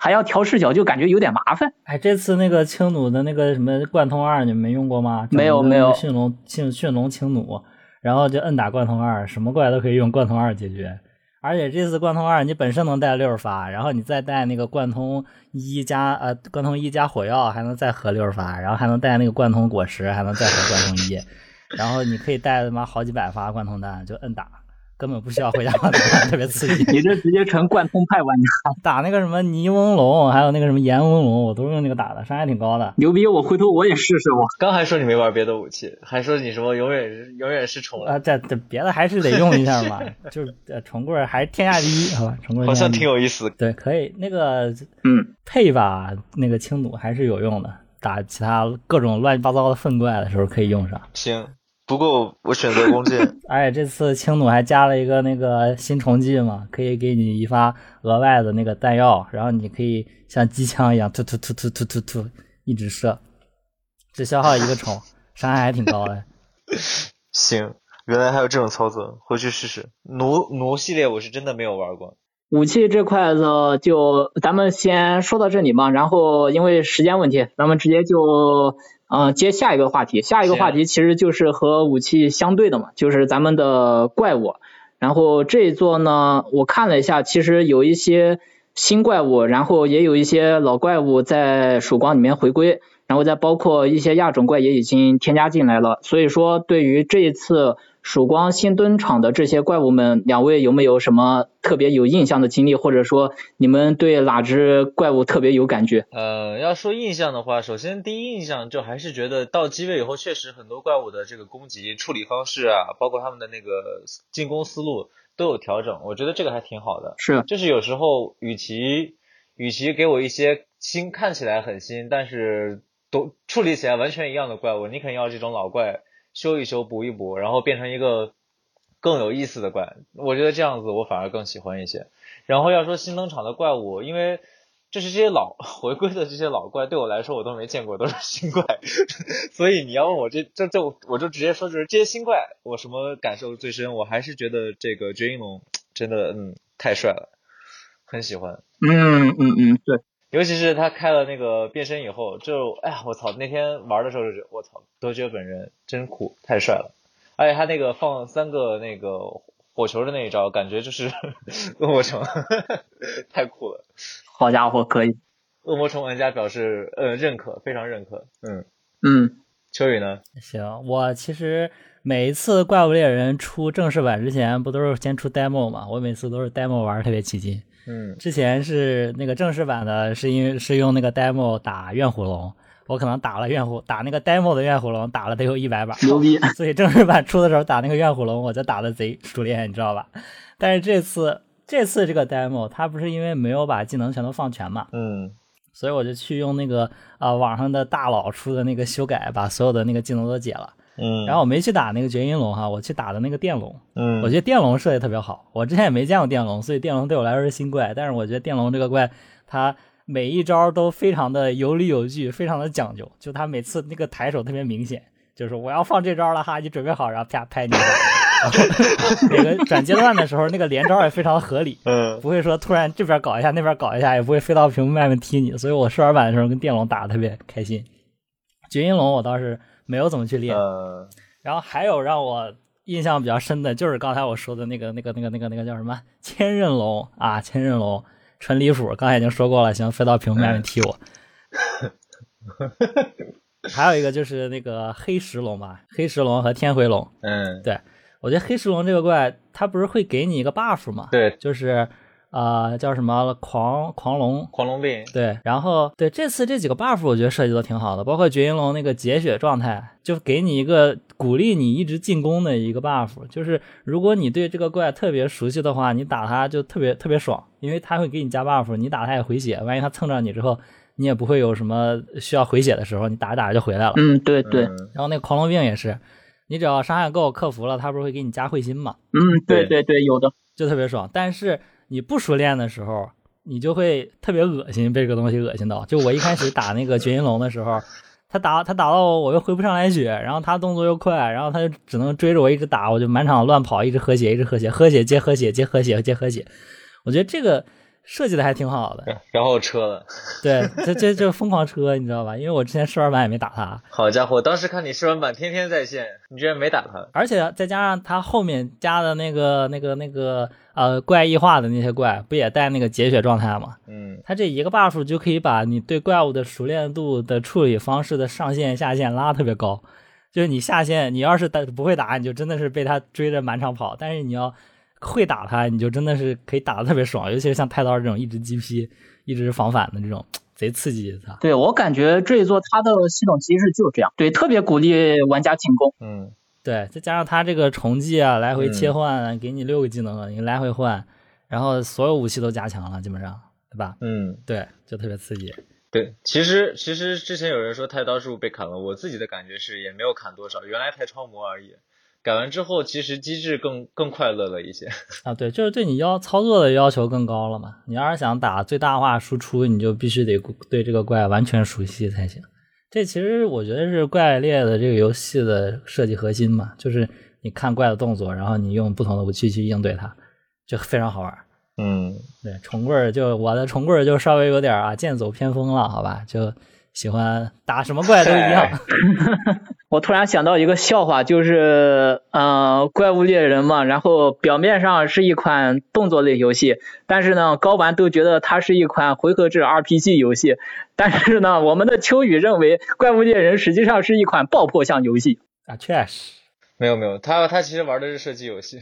Speaker 1: 还要调视角，就感觉有点麻烦。
Speaker 3: 哎，这次那个轻弩的那个什么贯通二，你们没用过吗？
Speaker 1: 没有没有。
Speaker 3: 驯龙驯驯龙轻弩，然后就摁打贯通二，什么怪都可以用贯通二解决。而且这次贯通二，你本身能带六十发，然后你再带那个贯通一加呃贯通一加火药，还能再合六十发，然后还能带那个贯通果实，还能再合贯通一， 然后你可以带他妈好几百发贯通弹，就摁打，根本不需要回家打， 特别刺激。
Speaker 1: 你这直接成贯通派玩家，
Speaker 3: 打那个什么泥翁龙，还有那个什么岩翁龙，我都是用那个打的，伤害挺高的。
Speaker 1: 牛逼！我回头我也试试我。
Speaker 2: 刚还说你没玩别的武器，还说你什么永远永远是宠
Speaker 3: 啊，这这别的还是得用一下嘛，就是呃，重棍还是天下第一，好吧？重棍
Speaker 2: 好像挺有意思。
Speaker 3: 对，可以那个
Speaker 1: 嗯
Speaker 3: 配吧，那个轻弩还是有用的，打其他各种乱七八糟的粪怪的时候可以用上。
Speaker 2: 行。不过我选择弓箭，
Speaker 3: 而且这次轻弩还加了一个那个新虫剂嘛，可以给你一发额外的那个弹药，然后你可以像机枪一样突突突突突突突一直射，只消耗一个虫，伤害还挺高的。
Speaker 2: 行，原来还有这种操作，回去试试。弩弩系列我是真的没有玩过。
Speaker 1: 武器这块的就咱们先说到这里嘛，然后因为时间问题，咱们直接就。嗯，接下一个话题，下一个话题其实就是和武器相对的嘛，就是咱们的怪物。然后这一座呢，我看了一下，其实有一些新怪物，然后也有一些老怪物在曙光里面回归，然后再包括一些亚种怪也已经添加进来了。所以说，对于这一次曙光新登场的这些怪物们，两位有没有什么特别有印象的经历，或者说你们对哪只怪物特别有感觉？
Speaker 2: 呃，要说印象的话，首先第一印象就还是觉得到机位以后，确实很多怪物的这个攻击处理方式啊，包括他们的那个进攻思路都有调整，我觉得这个还挺好的。
Speaker 1: 是，
Speaker 2: 就是有时候与其与其给我一些新看起来很新，但是都处理起来完全一样的怪物，你肯定要这种老怪修一修补一补，然后变成一个更有意思的怪。我觉得这样子我反而更喜欢一些。然后要说新登场的怪物，因为就是这些老回归的这些老怪，对我来说我都没见过，都是新怪， 所以你要问我这这这，我就直接说就是这些新怪，我什么感受最深？我还是觉得这个绝影龙真的嗯太帅了，很喜欢，
Speaker 1: 嗯嗯嗯，对。
Speaker 2: 尤其是他开了那个变身以后，就哎呀我操，那天玩的时候就我操，德爵本人真酷，太帅了，而且他那个放三个那个。火球的那一招，感觉就是 恶魔城， 太酷了！
Speaker 1: 好家伙，可以！
Speaker 2: 恶魔城玩家表示，呃，认可，非常认可。嗯
Speaker 1: 嗯，
Speaker 2: 秋雨呢？
Speaker 3: 行，我其实每一次怪物猎人出正式版之前，不都是先出 demo 嘛？我每次都是 demo 玩，特别起劲。
Speaker 2: 嗯，
Speaker 3: 之前是那个正式版的，是因为是用那个 demo 打怨虎龙。我可能打了怨虎，打那个 demo 的怨虎龙，打了得有一百把，
Speaker 1: 牛逼！
Speaker 3: 所以正式版出的时候打那个怨虎龙，我就打的贼熟练，你知道吧？但是这次这次这个 demo，它不是因为没有把技能全都放全嘛，
Speaker 2: 嗯，
Speaker 3: 所以我就去用那个啊、呃、网上的大佬出的那个修改，把所有的那个技能都解了。
Speaker 2: 嗯，
Speaker 3: 然后我没去打那个绝音龙哈，我去打的那个电龙。
Speaker 2: 嗯，
Speaker 3: 我觉得电龙设计特别好，我之前也没见过电龙，所以电龙对我来说是新怪，但是我觉得电龙这个怪它。每一招都非常的有理有据，非常的讲究。就他每次那个抬手特别明显，就是我要放这招了哈，你准备好，然后啪拍你。 然后每个转阶段的时候，那个连招也非常合理，
Speaker 2: 嗯，
Speaker 3: 不会说突然这边搞一下，那边搞一下，也不会飞到屏幕外面踢你。所以我试玩版的时候跟电龙打的特别开心。绝音龙我倒是没有怎么去练。
Speaker 2: 呃、
Speaker 3: 然后还有让我印象比较深的就是刚才我说的那个、那个、那个、那个、那个叫什么千仞龙啊，千仞龙。纯离谱，刚才已经说过了，行，飞到屏幕外面踢我。还有一个就是那个黑石龙吧，黑石龙和天回龙。
Speaker 2: 嗯，
Speaker 3: 对我觉得黑石龙这个怪，它不是会给你一个 buff 吗？
Speaker 2: 对，
Speaker 3: 就是啊、呃叫什么狂狂龙。
Speaker 2: 狂龙病，
Speaker 3: 对，然后对这次这几个 buff 我觉得设计的挺好的，包括绝音龙那个解血状态，就给你一个鼓励你一直进攻的一个 buff，就是如果你对这个怪特别熟悉的话，你打它就特别特别爽，因为它会给你加 buff，你打它也回血，万一它蹭着你之后，你也不会有什么需要回血的时候，你打着打着就回来了。
Speaker 1: 嗯，对对，
Speaker 2: 嗯，
Speaker 3: 然后那个狂龙病也是，你只要伤害够克服了，它不是会给你加会心嘛，
Speaker 1: 嗯，对
Speaker 2: 对
Speaker 1: 对对，有的，
Speaker 3: 就特别爽。但是你不熟练的时候，你就会特别恶心，被这个东西恶心到。就我一开始打那个绝音龙的时候，他打他打到我，我又回不上来血，然后他动作又快，然后他就只能追着我一直打，我就满场乱跑，一直喝血，一直喝血，喝血接喝血接喝血接喝血。我觉得这个设计的还挺好的，
Speaker 2: 然后车了，
Speaker 3: 对，这这这疯狂车，你知道吧？因为我之前试玩版也没打他，
Speaker 2: 好家伙，当时看你试玩版天天在线，你居然没打他，
Speaker 3: 而且再加上他后面加的那个、那个、那个呃怪异化的那些怪，不也带那个解血状态吗？
Speaker 2: 嗯，
Speaker 3: 他这一个 buff 就可以把你对怪物的熟练度的处理方式的上限、下限拉特别高。就是你下线，你要是打不会打，你就真的是被他追着满场跑；但是你要会打他，你就真的是可以打的特别爽。尤其是像太刀这种一直 GP、一直防反的这种，贼刺激他。
Speaker 1: 对我感觉这一座它的系统机制就是这样，对，特别鼓励玩家进攻。
Speaker 2: 嗯，
Speaker 3: 对，再加上它这个重技啊，来回切换啊，给你六个技能，你来回换，然后所有武器都加强了，基本上，对吧？
Speaker 2: 嗯。
Speaker 3: 对，就特别刺激。
Speaker 2: 对，其实其实之前有人说太刀是不是被砍了，我自己的感觉是也没有砍多少，原来太超模而已。改完之后，其实机制更更快乐了一些。
Speaker 3: 啊，对，就是对你要操作的要求更高了嘛。你要是想打最大化输出，你就必须得对这个怪完全熟悉才行。这其实我觉得是怪猎的这个游戏的设计核心嘛，就是你看怪的动作，然后你用不同的武器去应对它，就非常好玩。
Speaker 2: 嗯，
Speaker 3: 对，重棍儿就我的重棍儿就稍微有点儿啊剑走偏锋了，好吧，就喜欢打什么怪都一样。
Speaker 1: 我突然想到一个笑话，就是呃，怪物猎人嘛，然后表面上是一款动作类游戏，但是呢，高玩都觉得它是一款回合制 RPG 游戏，但是呢，我们的秋雨认为怪物猎人实际上是一款爆破向游戏。
Speaker 3: 啊，确实，
Speaker 2: 没有没有，他他其实玩的是射击游 戏。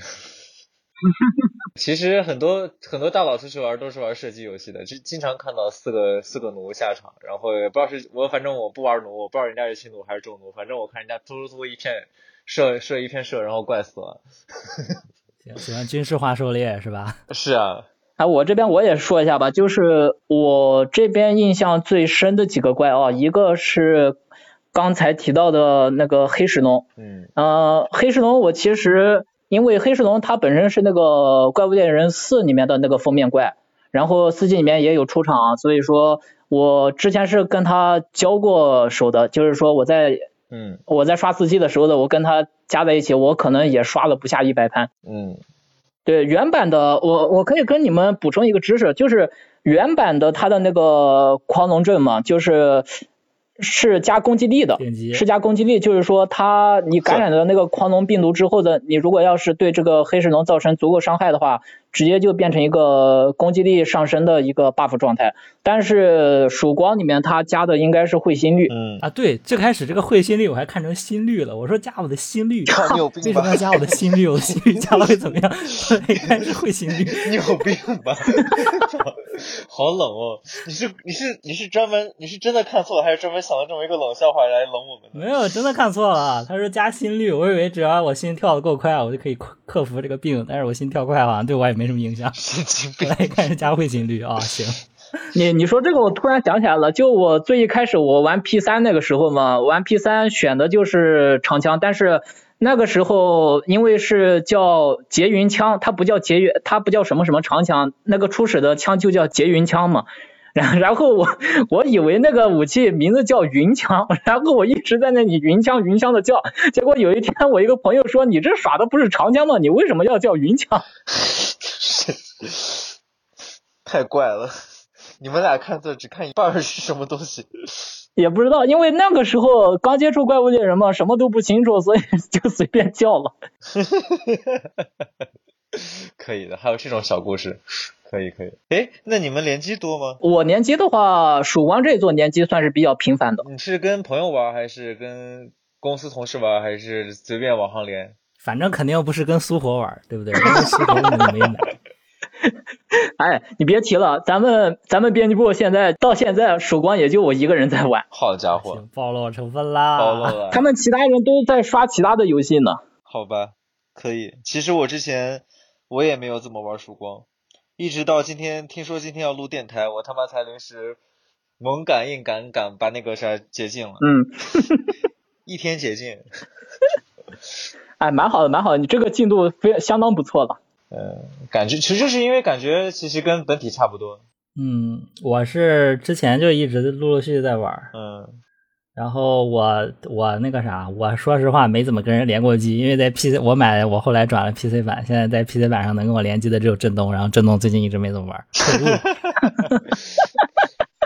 Speaker 2: 其实很多很多大佬出去玩都是玩射击游戏的，就经常看到四个四个弩下场，然后也不知道是我反正我不玩弩，我不知道人家是轻弩还是重弩，反正我看人家突突突一片射射一片射，然后怪死了。
Speaker 3: 喜喜欢军事化狩猎是吧？
Speaker 2: 是啊，
Speaker 1: 啊，我这边我也说一下吧，就是我这边印象最深的几个怪啊，一个是刚才提到的那个黑石龙，
Speaker 2: 嗯
Speaker 1: 呃，黑石龙我其实因为黑石龙它本身是那个《怪物猎人四》里面的那个封面怪，然后四季里面也有出场，所以说我之前是跟他交过手的，就是说我在
Speaker 2: 嗯
Speaker 1: 我在刷四季的时候呢，我跟他加在一起，我可能也刷了不下一百盘。
Speaker 2: 嗯
Speaker 1: 对原版的，我我可以跟你们补充一个知识，就是原版的它的那个狂龙阵嘛，就是是加攻击力的，
Speaker 3: 电击
Speaker 1: 是加攻击力，就是说它你感染了那个狂龙病毒之后的，你如果要是对这个黑石龙造成足够伤害的话，直接就变成一个攻击力上升的一个 buff 状态。但是曙光里面它加的应该是会心率，
Speaker 2: 嗯，
Speaker 3: 啊，对，最开始这个会心率我还看成心率了，我说加我的心率，
Speaker 2: 靠你有病吧
Speaker 3: 为什么要加我的心率？我的心率加了会怎么样？应该是会心率。
Speaker 2: 你有病吧？好冷哦！你是你是你是专门你是真的看错了，还是专门想了这么一个冷笑话来冷我们的？
Speaker 3: 没有，真的看错了。啊他说加心率，我以为只要我心跳的够快，啊我就可以克克服这个病。但是我心跳快，啊好像对我也没什么影响。
Speaker 2: 神经
Speaker 3: 后
Speaker 2: 病！
Speaker 3: 来一看是加会心率啊，行。
Speaker 1: 你你说这个，我突然想起来了，就我最一开始我玩 P 三那个时候嘛，玩 P 三选的就是长枪，但是那个时候因为是叫劫云枪，它不叫劫云，它不叫什么什么长枪，那个初始的枪就叫劫云枪嘛。然然后我我以为那个武器名字叫云枪，然后我一直在那里云枪云枪的叫，结果有一天我一个朋友说你这耍的不是长枪吗？你为什么要叫云枪？
Speaker 2: 太怪了！你们俩看字只看一半儿是什么东 西？
Speaker 1: 也不知道，因为那个时候刚接触怪物猎人嘛，什么都不清楚，所以 就随便叫了。
Speaker 2: 可以的，还有这种小故事。可以可以。哎，那你们联机多吗？
Speaker 1: 我联机的话，曙光这一座联机算是比较频繁的。
Speaker 2: 你是跟朋友玩，还是跟公司同事玩，还是随便网上连？
Speaker 3: 反正肯定不是跟苏活玩，对不对？因为苏活我们 没买。
Speaker 1: 哎，你别提了，咱们咱们编辑部现在到现在，曙光也就我一个人在玩。
Speaker 2: 好家伙，
Speaker 3: 行暴露成分啦！
Speaker 2: 暴露了。
Speaker 1: 他们其他人都在刷其他的游戏呢。
Speaker 2: 好吧，可以。其实我之前我也没有怎么玩曙光，一直到今天听说今天要录电台，我他妈才临时猛感应赶赶把那个啥解禁了，
Speaker 1: 嗯，
Speaker 2: 一天解禁。
Speaker 1: 哎，蛮好的，蛮好的，你这个进度非相当不错了。
Speaker 2: 嗯，感觉其实就是因为感觉其实跟本体差不多。
Speaker 3: 嗯，我是之前就一直陆陆续续在玩儿，
Speaker 2: 嗯，
Speaker 3: 然后我我那个啥，我说实话没怎么跟人连过机，因为在 PC 我买我后来转了 PC 版，现在在 PC 版上能跟我连机的只有振东，然后振东最近一直没怎么玩儿，退路了。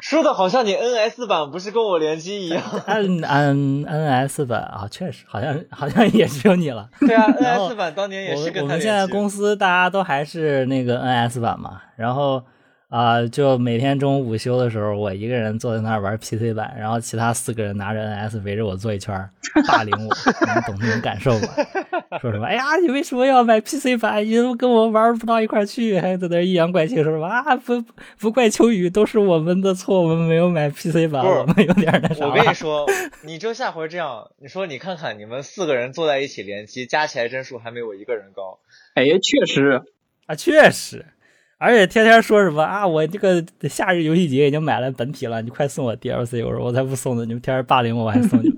Speaker 2: 说的好像你 NS 版不是跟我联机一 样。
Speaker 3: 嗯嗯 NS 版啊，确实好像好像也只有你了。
Speaker 2: 对啊
Speaker 3: 然后
Speaker 2: ，NS 版当年也是
Speaker 3: 我
Speaker 2: 跟
Speaker 3: 我
Speaker 2: 他
Speaker 3: 们现在
Speaker 2: 联
Speaker 3: 公
Speaker 2: 机。
Speaker 3: 司大家都还是那个 NS 版嘛，然后啊、就每天中午午休的时候，我一个人坐在那儿玩 PC 版，然后其他四个人拿着 NS 围着我坐一圈儿，霸凌我， 你们懂那种感受吗？说什么？哎呀，你为什么要买 PC 版？你都跟我玩不到一块儿去，还在那儿阴阳怪气说什么啊？不不怪秋雨，都是我们的错，我们没有买 PC 版，
Speaker 2: 不是
Speaker 3: 我们有点儿那啥
Speaker 2: 我跟
Speaker 3: 了
Speaker 2: 你。说，你就下回这样，你说你看看你们四个人坐在一起联机，加起来帧数还没我一个人高。
Speaker 1: 哎，确实，
Speaker 3: 啊，确实，而且天天说什么啊，我这个夏日游戏节已经买了本体了，你快送我 DLC。我说我才不送呢，你们天天霸凌我，我还送你 们。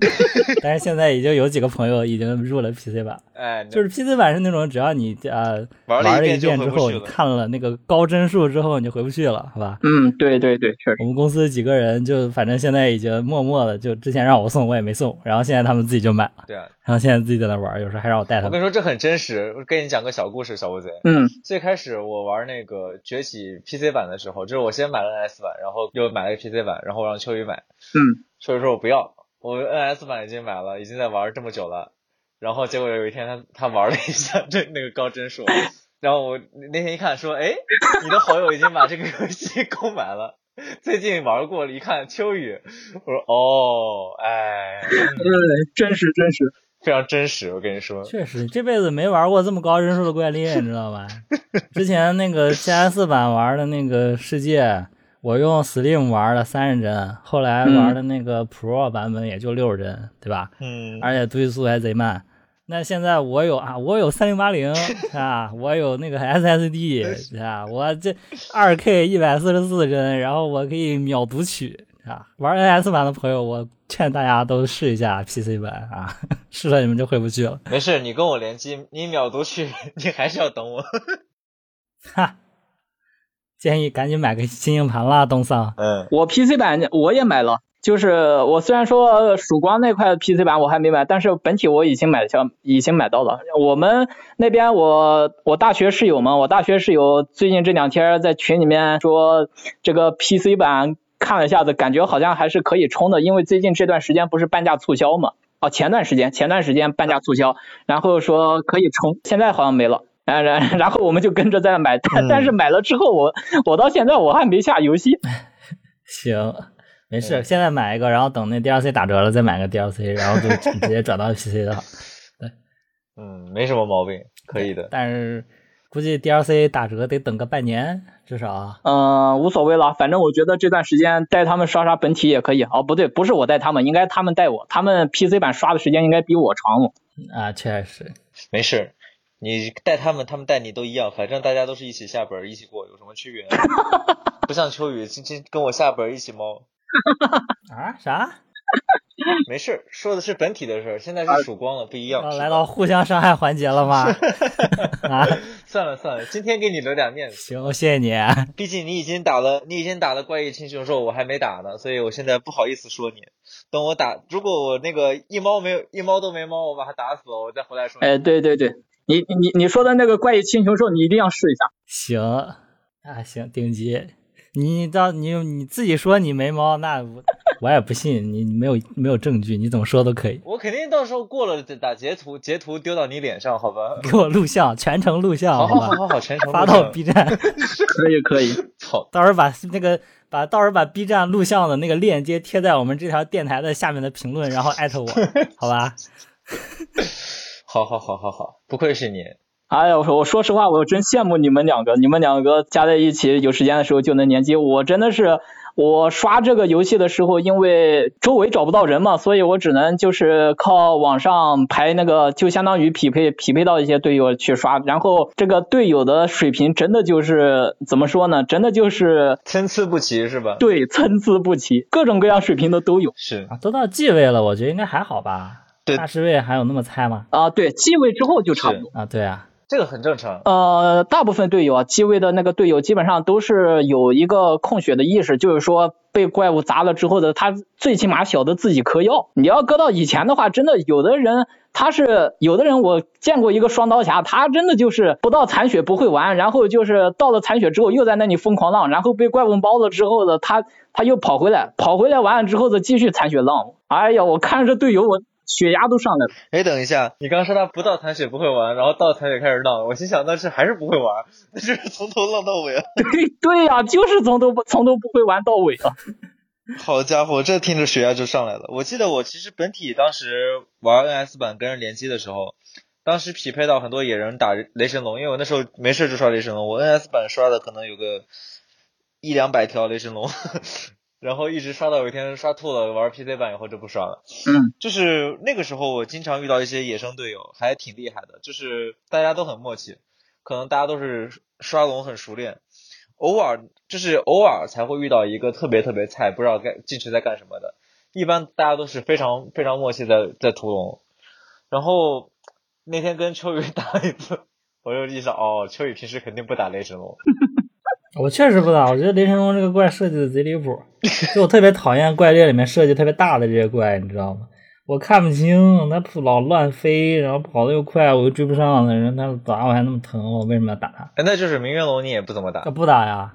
Speaker 3: 但是现在已经有几个朋友已经入了 PC 版，
Speaker 2: 哎，
Speaker 3: 就是 PC 版是那种只要你呃
Speaker 2: 玩了一
Speaker 3: 了
Speaker 2: 遍
Speaker 3: 一
Speaker 2: 就
Speaker 3: 遍
Speaker 2: 回
Speaker 3: 之
Speaker 2: 不
Speaker 3: 后，
Speaker 2: 去
Speaker 3: 你
Speaker 2: 了
Speaker 3: 看了那个高帧数之后，你就回不去了，好吧？
Speaker 1: 嗯，对对对，确实。
Speaker 3: 我们公司几个人就反正现在已经默默的，就之前让我送我也没送，然后现在他们自己就买了，
Speaker 2: 对 啊，
Speaker 3: 然后现在自己在那玩，有时候还让我带他
Speaker 2: 我
Speaker 3: 们
Speaker 2: 跟。你说这很真实。我跟你讲个小故事，小乌贼。
Speaker 1: 嗯
Speaker 2: 最开始我玩那个崛起 PC 版的时候，就是我先买了 NS 版，然后又买了个 PC 版，然后我让秋雨买，
Speaker 1: 嗯，
Speaker 2: 秋雨说我不要，我 NS 版已经买了，已经在玩这么久了，然后结果有一天他他玩了一下这那个高帧数，然后我那天一看说，哎，你的好友已经把这个游戏购买了。最近玩过了，一看秋雨，我说哦，哎，
Speaker 1: 嗯，真是真是。
Speaker 2: 非常真实，我跟你说，
Speaker 3: 确实，这辈子没玩过这么高帧数的怪猎，你知道吧？之前那个 CS 版玩的那个世界，我用 Slim 玩了三十帧，后来玩的那个 Pro 版本也就六十帧，对吧？
Speaker 2: 嗯，
Speaker 3: 而且读取速度还贼慢。那现在我有啊，我有三零八零啊，我有那个 SSD 啊，我这二 K 一百四十四帧，然后我可以秒读取啊。玩 NS 版的朋友，我劝大家都试一下 PC 版啊， 试了你们就回不去了。
Speaker 2: 没事，你跟我联机，你秒读取， 你还是要等我。
Speaker 3: 哈，建议赶紧买个新硬盘啦，东桑。
Speaker 2: 嗯，
Speaker 1: 我 PC 版我也买了，就是我虽然说呃曙光那块 PC 版我还没买，但是本体我已经买下，已经买到了。我们那边我我大学室友嘛，我大学室友最近这两天在群里面说这个 PC 版看了一下子，感觉好像还是可以冲的，因为最近这段时间不是半价促销嘛。哦，前段时间，前段时间半价促销，然后说可以冲，现在好像没了，然然然后我们就跟着在买，但但是买了之后我我到现在我还没下游戏，
Speaker 3: 行，没事，
Speaker 2: 嗯
Speaker 3: 现在买一个，然后等那 DLC 打折了再买个 DLC，然后就直接转到 PC 的。
Speaker 2: 嗯，没什么毛病，可以的。
Speaker 3: 但是估计 DLC 打折得等个半年，至少啊。
Speaker 1: 嗯，无所谓了，反正我觉得这段时间带他们刷刷本体也可以。哦，不对，不是我带他们，应该他们带我。他们 PC 版刷的时间应该比我长了。
Speaker 3: 啊，确实，
Speaker 2: 没事，你带他们，他们带你都一样，反正大家都是一起下本儿，一起过，有什么区别呢？啊 不像秋雨，今今跟我下本儿一起猫。
Speaker 3: 啊啥？
Speaker 2: 没事，说的是本体的事儿，现在是曙光啊了，不一样
Speaker 3: 要。哦来到互相伤害环节 了吗？啊，
Speaker 2: 算了算了，今天给你留点面子，
Speaker 3: 行，谢谢你。
Speaker 2: 毕竟你已经打了，你已经打了怪异群雄兽，我还没打呢，所以我现在不好意思说你。等我打，如果我那个一猫没有一猫都没猫，我把它打死了，我再回来说你。
Speaker 1: 哎，对对对，你你你说的那个怪异青球兽，你一定要试一下。
Speaker 3: 行啊，行，顶级。你到你你自己说你没猫，那我我也不信你没有没有证据，你怎么说都可以。
Speaker 2: 我肯定到时候过了打截图，截图丢到你脸上，好吧？
Speaker 3: 给我录像，全程录像，
Speaker 2: 好好
Speaker 3: 吧
Speaker 2: 好？好好，全程
Speaker 3: 发
Speaker 2: 录像
Speaker 3: 到 B 站，
Speaker 1: 可以可以，
Speaker 2: 操！
Speaker 3: 到时候把那个把到时候把 B 站录像的那个链接贴在我们这条电台的下面的评论，然后艾特我，好吧？
Speaker 2: 好好好好好，不愧是你，
Speaker 1: 哎呀，我说我说实话，我真羡慕你们两个，你们两个加在一起，有时间的时候就能联机。我真的是，我刷这个游戏的时候，因为周围找不到人嘛，所以我只能就是靠网上排那个，就相当于匹配匹配到一些队友去刷。然后这个队友的水平真的就是怎么说呢？真的就是
Speaker 2: 参差不齐是吧？
Speaker 1: 对参差不齐，各种各样水平的都有。
Speaker 2: 是
Speaker 3: 啊，都到 G 位了，我觉得应该还好吧？
Speaker 2: 对
Speaker 3: 大师位还有那么菜吗？
Speaker 1: 啊，对，继位之后就差不多。
Speaker 3: 啊，对啊，
Speaker 2: 这个很正常。
Speaker 1: 呃，大部分队友啊，继位的那个队友基本上都是有一个控血的意识，就是说被怪物砸了之后的，他最起码晓得自己嗑药。你要搁到以前的话，真的有的人他是有的人，我见过一个双刀侠，他真的就是不到残血不会玩，然后就是到了残血之后又在那里疯狂浪，然后被怪物包了之后的他他又跑回来，跑回来完了之后的继续残血浪。哎呀，我看着这队友我血压都上来了。
Speaker 2: 哎，等一下，你刚说他不到残血不会玩，然后到残血开始浪，我心想那是还是不会玩， 那就是从头浪到尾啊。
Speaker 1: 对对呀、就是从头不从头不会玩到尾啊。
Speaker 2: 好家伙，这听着血压就上来了。我记得我其实本体当时玩 NS 版跟人联机的时候，当时匹配到很多野人打雷神龙，因为我那时候没事就刷雷神龙，我 NS 版刷的可能有个一两百条雷神龙， 然后一直刷到有一天刷吐了，玩 PC 版以后就不刷了。
Speaker 1: 嗯，
Speaker 2: 就是那个时候，我经常遇到一些野生队友，还挺厉害的。就是大家都很默契，可能大家都是刷龙很熟练，偶尔就是偶尔才会遇到一个特别特别菜，不知道该进去在干什么的。一般大家都是非常非常默契在在屠龙。然后那天跟秋雨打一次， 我就意识到哦，秋雨平时肯定不打雷神龙。
Speaker 3: 我确实不知道，我觉得雷神龙这个怪设计的贼离谱，就我特别讨厌怪猎里面设计特别大的这些怪，你知道吗？我看不清，它老乱飞，然后跑得又快，我又追不上了，然后它打我还那么疼，我为什么要打它？
Speaker 2: 哎，那就是明月龙你也不怎么打
Speaker 3: 这，不打呀，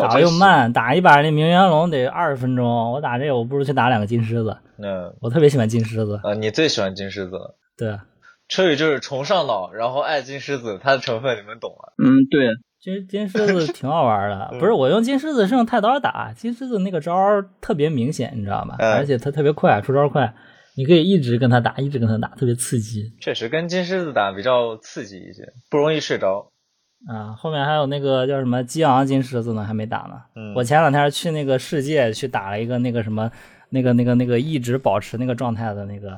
Speaker 3: 打又慢，打一把那鸣元龙得二十分钟，我打这个我不如去打两个金狮子，
Speaker 2: 那
Speaker 3: 我特别喜欢金狮子，
Speaker 2: 嗯啊，你最喜欢金狮子了。
Speaker 3: 对。
Speaker 2: 车宇就是崇尚老，然后爱金狮子，它的成分你们懂啊了。
Speaker 1: 嗯，对，
Speaker 3: 其实金狮子挺好玩的
Speaker 2: 嗯，
Speaker 3: 不是我用金狮子是用太刀打，金狮子那个招儿特别明显，你知道吧？
Speaker 2: 嗯
Speaker 3: 而且它特别快，出招快，你可以一直跟它打，一直跟它打，特别刺激
Speaker 2: 确实跟金狮子打比较刺激一些，不容易睡着。
Speaker 3: 啊！后面还有那个叫什么激昂金狮子呢，还没打呢。
Speaker 2: 嗯
Speaker 3: 我前两天去那个世界去打了一个那个什么那个那个那个一直保持那个状态的那个，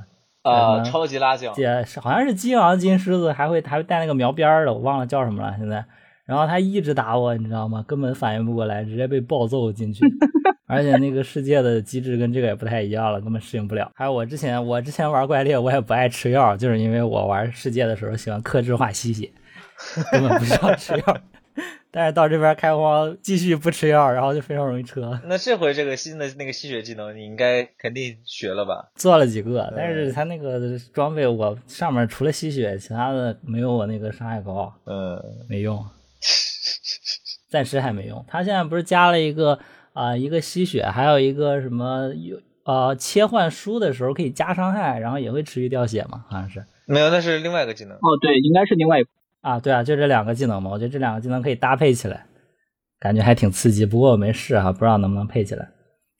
Speaker 2: 啊、
Speaker 3: 嗯
Speaker 2: 超级辣酱，
Speaker 3: 也是好像是激昂金狮子，还会还会带那个描边儿的，我忘了叫什么了。现在，然后他一直打我，你知道吗？根本反应不过来，直接被暴揍进去。而且那个世界的机制跟这个也不太一样了，根本适应不了。还有我之前我之前玩怪猎，我也不爱吃药，就是因为我玩世界的时候喜欢克制化吸血，根本不需要吃药。 但是到这边开荒，继续不吃药，然后就非常容易车。
Speaker 2: 那这回这个新的那个吸血技能，你应该肯定学了吧？
Speaker 3: 做了几个，但是他那个装备我上面除了吸血，其他的没有我那个伤害高。
Speaker 2: 嗯，
Speaker 3: 没用，啊 暂时还没用。他现在不是加了一个啊、一个吸血，还有一个什么呃切换书的时候可以加伤害，然后也会持续掉血嘛，好像是
Speaker 2: 没有，那是另外一个技能。
Speaker 1: 哦，对，应该是另外一个。
Speaker 3: 啊，对啊，就这两个技能嘛，我觉得这两个技能可以搭配起来，感觉还挺刺激。不过我没试哈、不知道能不能配起来，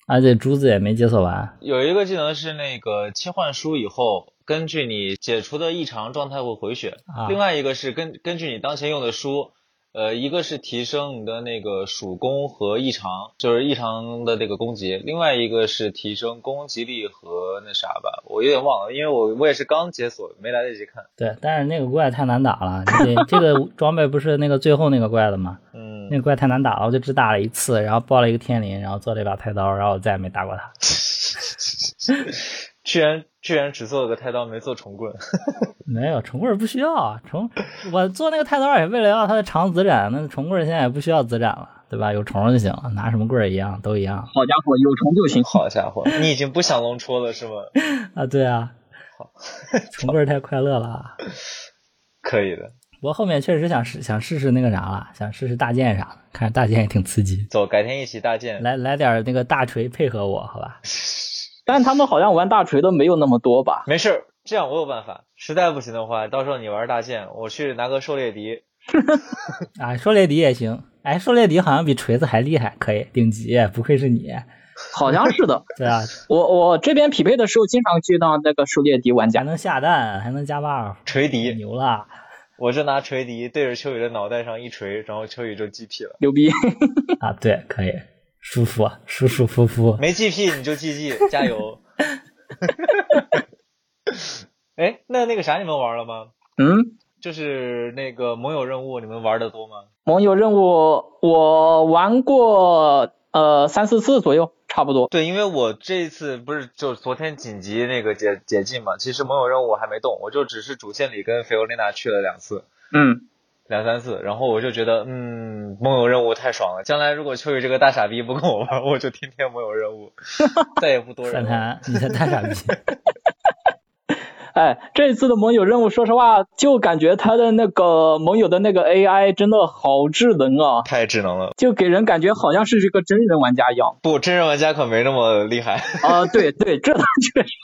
Speaker 3: 而且珠子也没解锁完。啊
Speaker 2: 有一个技能是那个切换书以后，根据你解除的异常状态会回血；
Speaker 3: 啊
Speaker 2: 另外一个是根根据你当前用的书，呃，一个是提升你的那个属攻和异常，就是异常的这个攻击；另外一个是提升攻击力和那啥吧，我有点忘了，因为我我也是刚解锁，没来得及看。
Speaker 3: 对，但是那个怪太难打了，你得 这个装备不是那个最后那个怪的吗？
Speaker 2: 嗯
Speaker 3: 那，个怪太难打了，我就只打了一次，然后爆了一个天灵，然后做了一把太刀，然后我再也没打过他。
Speaker 2: 居然居然只做了个太刀，没做重棍。
Speaker 3: 没有重棍儿不需要啊，重我做那个太刀也为了要它的长子斩，那重棍儿现在也不需要子斩了，对吧？有虫儿就行了，拿什么棍儿一样，都一样
Speaker 1: 好家伙，有虫就行。
Speaker 2: 好家伙，你已经不想龙戳了是吗？
Speaker 3: 啊。对啊，重棍儿太快乐了啊。
Speaker 2: 可以的，
Speaker 3: 不过后面确实想试想试试那个啥了，想试试大剑啥的，看着大剑也挺刺激。
Speaker 2: 走，改天一起搭建。
Speaker 3: 来来点那个大锤配合我，好吧？
Speaker 1: 但他们好像玩大锤的没有那么多吧？
Speaker 2: 没事儿，这样我有办法。实在不行的话，到时候你玩大剑，我去拿个狩猎笛。
Speaker 3: 啊，狩猎笛也行。哎，狩猎笛好像比锤子还厉害，可以顶级，不愧是你。
Speaker 1: 好像是的。
Speaker 3: 对啊，
Speaker 1: 我我这边匹配的时候，经常遇到那个狩猎笛玩
Speaker 3: 还
Speaker 1: 家。
Speaker 3: 能下蛋，还能加 buff，
Speaker 2: 锤笛，
Speaker 3: 牛了。啊
Speaker 2: 我就拿锤笛对着秋雨的脑袋上一锤，然后秋雨就 GP 了。
Speaker 1: 牛逼！
Speaker 3: 啊，对，可以，舒服，啊舒舒服服。
Speaker 2: 没 GP 你就 GG，加油！ 哎，那那个啥你们玩了吗？
Speaker 1: 嗯，
Speaker 2: 就是那个盟友任务，你们玩的多吗？
Speaker 1: 盟友任务我玩过呃三四次左右，差不多。
Speaker 2: 对，因为我这一次不是就昨天紧急那个解解禁嘛，其实盟友任务我还没动，我就只是主线里跟菲欧丽娜去了两次。
Speaker 1: 嗯，
Speaker 2: 两三次，然后我就觉得，嗯，盟友任务太爽了。将来如果秋雨这个大傻逼不跟我玩，我就天天盟友任务，再也不多人
Speaker 3: 反
Speaker 2: 了。
Speaker 3: 弹，你才大傻逼。
Speaker 1: 哎，这一次的盟友任务，说实话，就感觉他的那个盟友的那个 AI 真的好智能啊，
Speaker 2: 太智能了，
Speaker 1: 就给人感觉好像是这个真人玩家一样。
Speaker 2: 不，真人玩家可没那么厉害。
Speaker 1: 啊、对对，这确实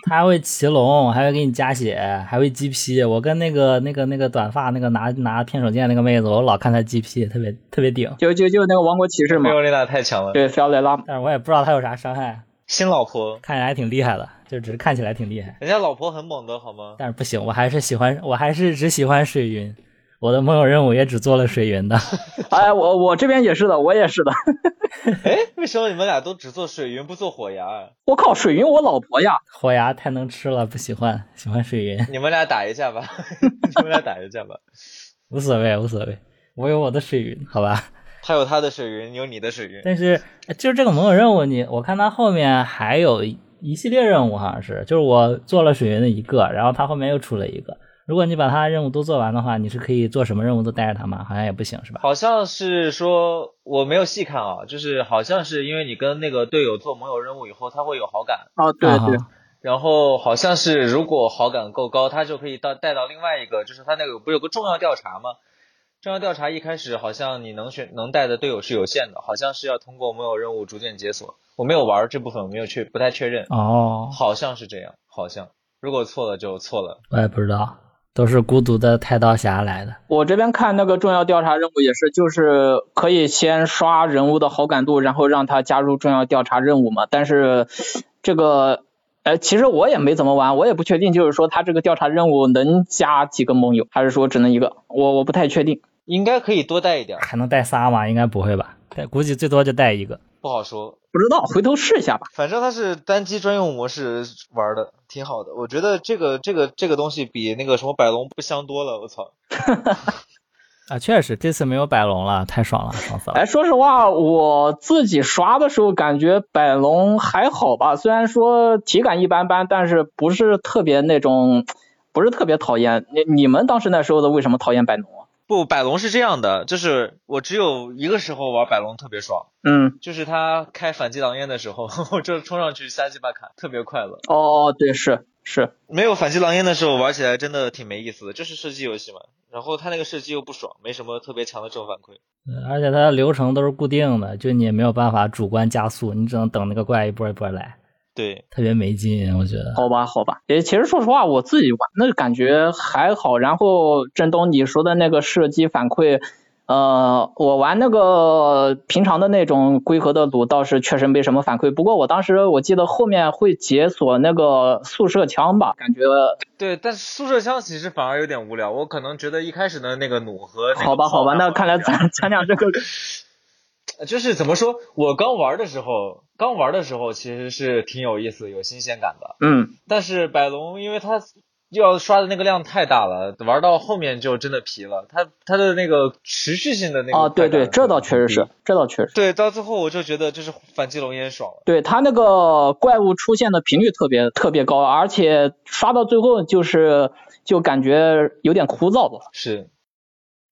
Speaker 3: 他还会骑龙，还会给你加血，还会 GP。我跟那个那个那个短发那个拿拿片手剑那个妹子，我老看她 GP，特别特别顶。
Speaker 1: 就就就那个王国骑士
Speaker 2: 菲
Speaker 1: 嘛，
Speaker 2: 欧丽娜太强了，
Speaker 1: 对，菲奥雷拉嘛。
Speaker 3: 但是我也不知道她有啥伤害，
Speaker 2: 新老婆，
Speaker 3: 看起来还挺厉害的，就只是看起来挺厉害。
Speaker 2: 人家老婆很猛的好 吗？
Speaker 3: 但是不行，我还是喜欢，我还是只喜欢水云。我的盟友任务也只做了水云的，
Speaker 1: 哎，我我这边也是的，我也是的。
Speaker 2: 哎，为什么你们俩都只做水云不做火啊牙？
Speaker 1: 我靠，水云我老婆呀！
Speaker 3: 火牙太能吃了，不喜欢，喜欢水云，
Speaker 2: 你们俩打一架吧， 你们俩打一架吧。
Speaker 3: 无所谓，无所谓。我有我的水云，好吧。
Speaker 2: 他有他的水云，你有你的水云。
Speaker 3: 但是呃就是这个盟友任务你，我看它后面还有一一系列任务，好像是，就是我做了水云的一个，然后它后面又出了一个。如果你把它的任务都做完的话，你是可以做什么任务都带着它吗？好像也不行，是吧？
Speaker 2: 好像是说我没有细看啊，就是好像是因为你跟那个队友做盟友任务以后，他会有好感，
Speaker 1: 啊，对
Speaker 3: 啊
Speaker 1: 对，
Speaker 2: 然后好像是如果好感够高，他就可以到带到另外一个，就是他那个不是有个重要调查吗？重要调查一开始好像你能选能带的队友是有限的，好像是要通过盟友任务逐渐解锁。我没有玩这部分，我没有确不太确认，
Speaker 3: 哦，
Speaker 2: 好像是这样，好像如果错了就错了。
Speaker 3: 我也不知道，都是孤独的太刀侠来的。
Speaker 1: 我这边看那个重要调查任务也是，就是可以先刷人物的好感度，然后让他加入重要调查任务嘛。但是这个，呃，其实我也没怎么玩，我也不确定，就是说他这个调查任务能加几个盟友，还是说只能一个？我我不太确定。
Speaker 2: 应该可以多带一点，
Speaker 3: 还能带仨吗？应该不会吧？但估计最多就带一个。
Speaker 2: 不好说。
Speaker 1: 不知道，回头试一下吧。
Speaker 2: 反正它是单机专用模式玩的，挺好的。我觉得这个这个这个东西比那个什么百龙不香多了。我操！
Speaker 3: 啊，确实这次没有百龙了，太爽了，爽死了！
Speaker 1: 哎，说实话，我自己刷的时候感觉百龙还好吧，虽然说体感一般般，但是不是特别那种，不是特别讨厌。你你们当时那时候的为什么讨厌百龙啊？
Speaker 2: 不，百龙是这样的，就是我只有一个时候玩百龙特别爽，
Speaker 1: 嗯，
Speaker 2: 就是他开反击狼烟的时候， 我就冲上去瞎鸡巴砍，特别快乐。
Speaker 1: 哦哦，对，是是，
Speaker 2: 没有反击狼烟的时候玩起来真的挺没意思的，就是射击游戏嘛。然后他那个射击又不爽，没什么特别强的正反馈。
Speaker 3: 嗯而且它的流程都是固定的，就你也没有办法主观加速，你只能等那个怪一波一波来，
Speaker 2: 对，
Speaker 3: 特别没劲，我觉得。
Speaker 1: 好吧好吧。也其实说实话，我自己玩那感觉还好。然后振东你说的那个射击反馈，呃，我玩那个平常的那种龟壳的鲁倒是确实没什么反馈。不过我当时我记得后面会解锁那个速射枪吧，感觉
Speaker 2: 对，但是速射枪其实反而有点无聊。我可能觉得一开始的那个弩和那个
Speaker 1: 好吧好吧。
Speaker 2: 炮
Speaker 1: 那看来咱咱俩 这个
Speaker 2: 就是怎么说，我刚玩的时候，刚玩的时候其实是挺有意思、有新鲜感的。
Speaker 1: 嗯
Speaker 2: 但是百龙，因为它要刷的那个量太大了，玩到后面就真的疲了。它它的那个持续性的那个
Speaker 1: 啊对
Speaker 2: 快感
Speaker 1: 对，这倒确实
Speaker 2: 很
Speaker 1: 是
Speaker 2: 低。，
Speaker 1: 这倒确实是。
Speaker 2: 对，到最后我就觉得就是反击龙烟爽了。
Speaker 1: 对他那个怪物出现的频率特别特别高，而且刷到最后就是就感觉有点枯燥吧。
Speaker 2: 是，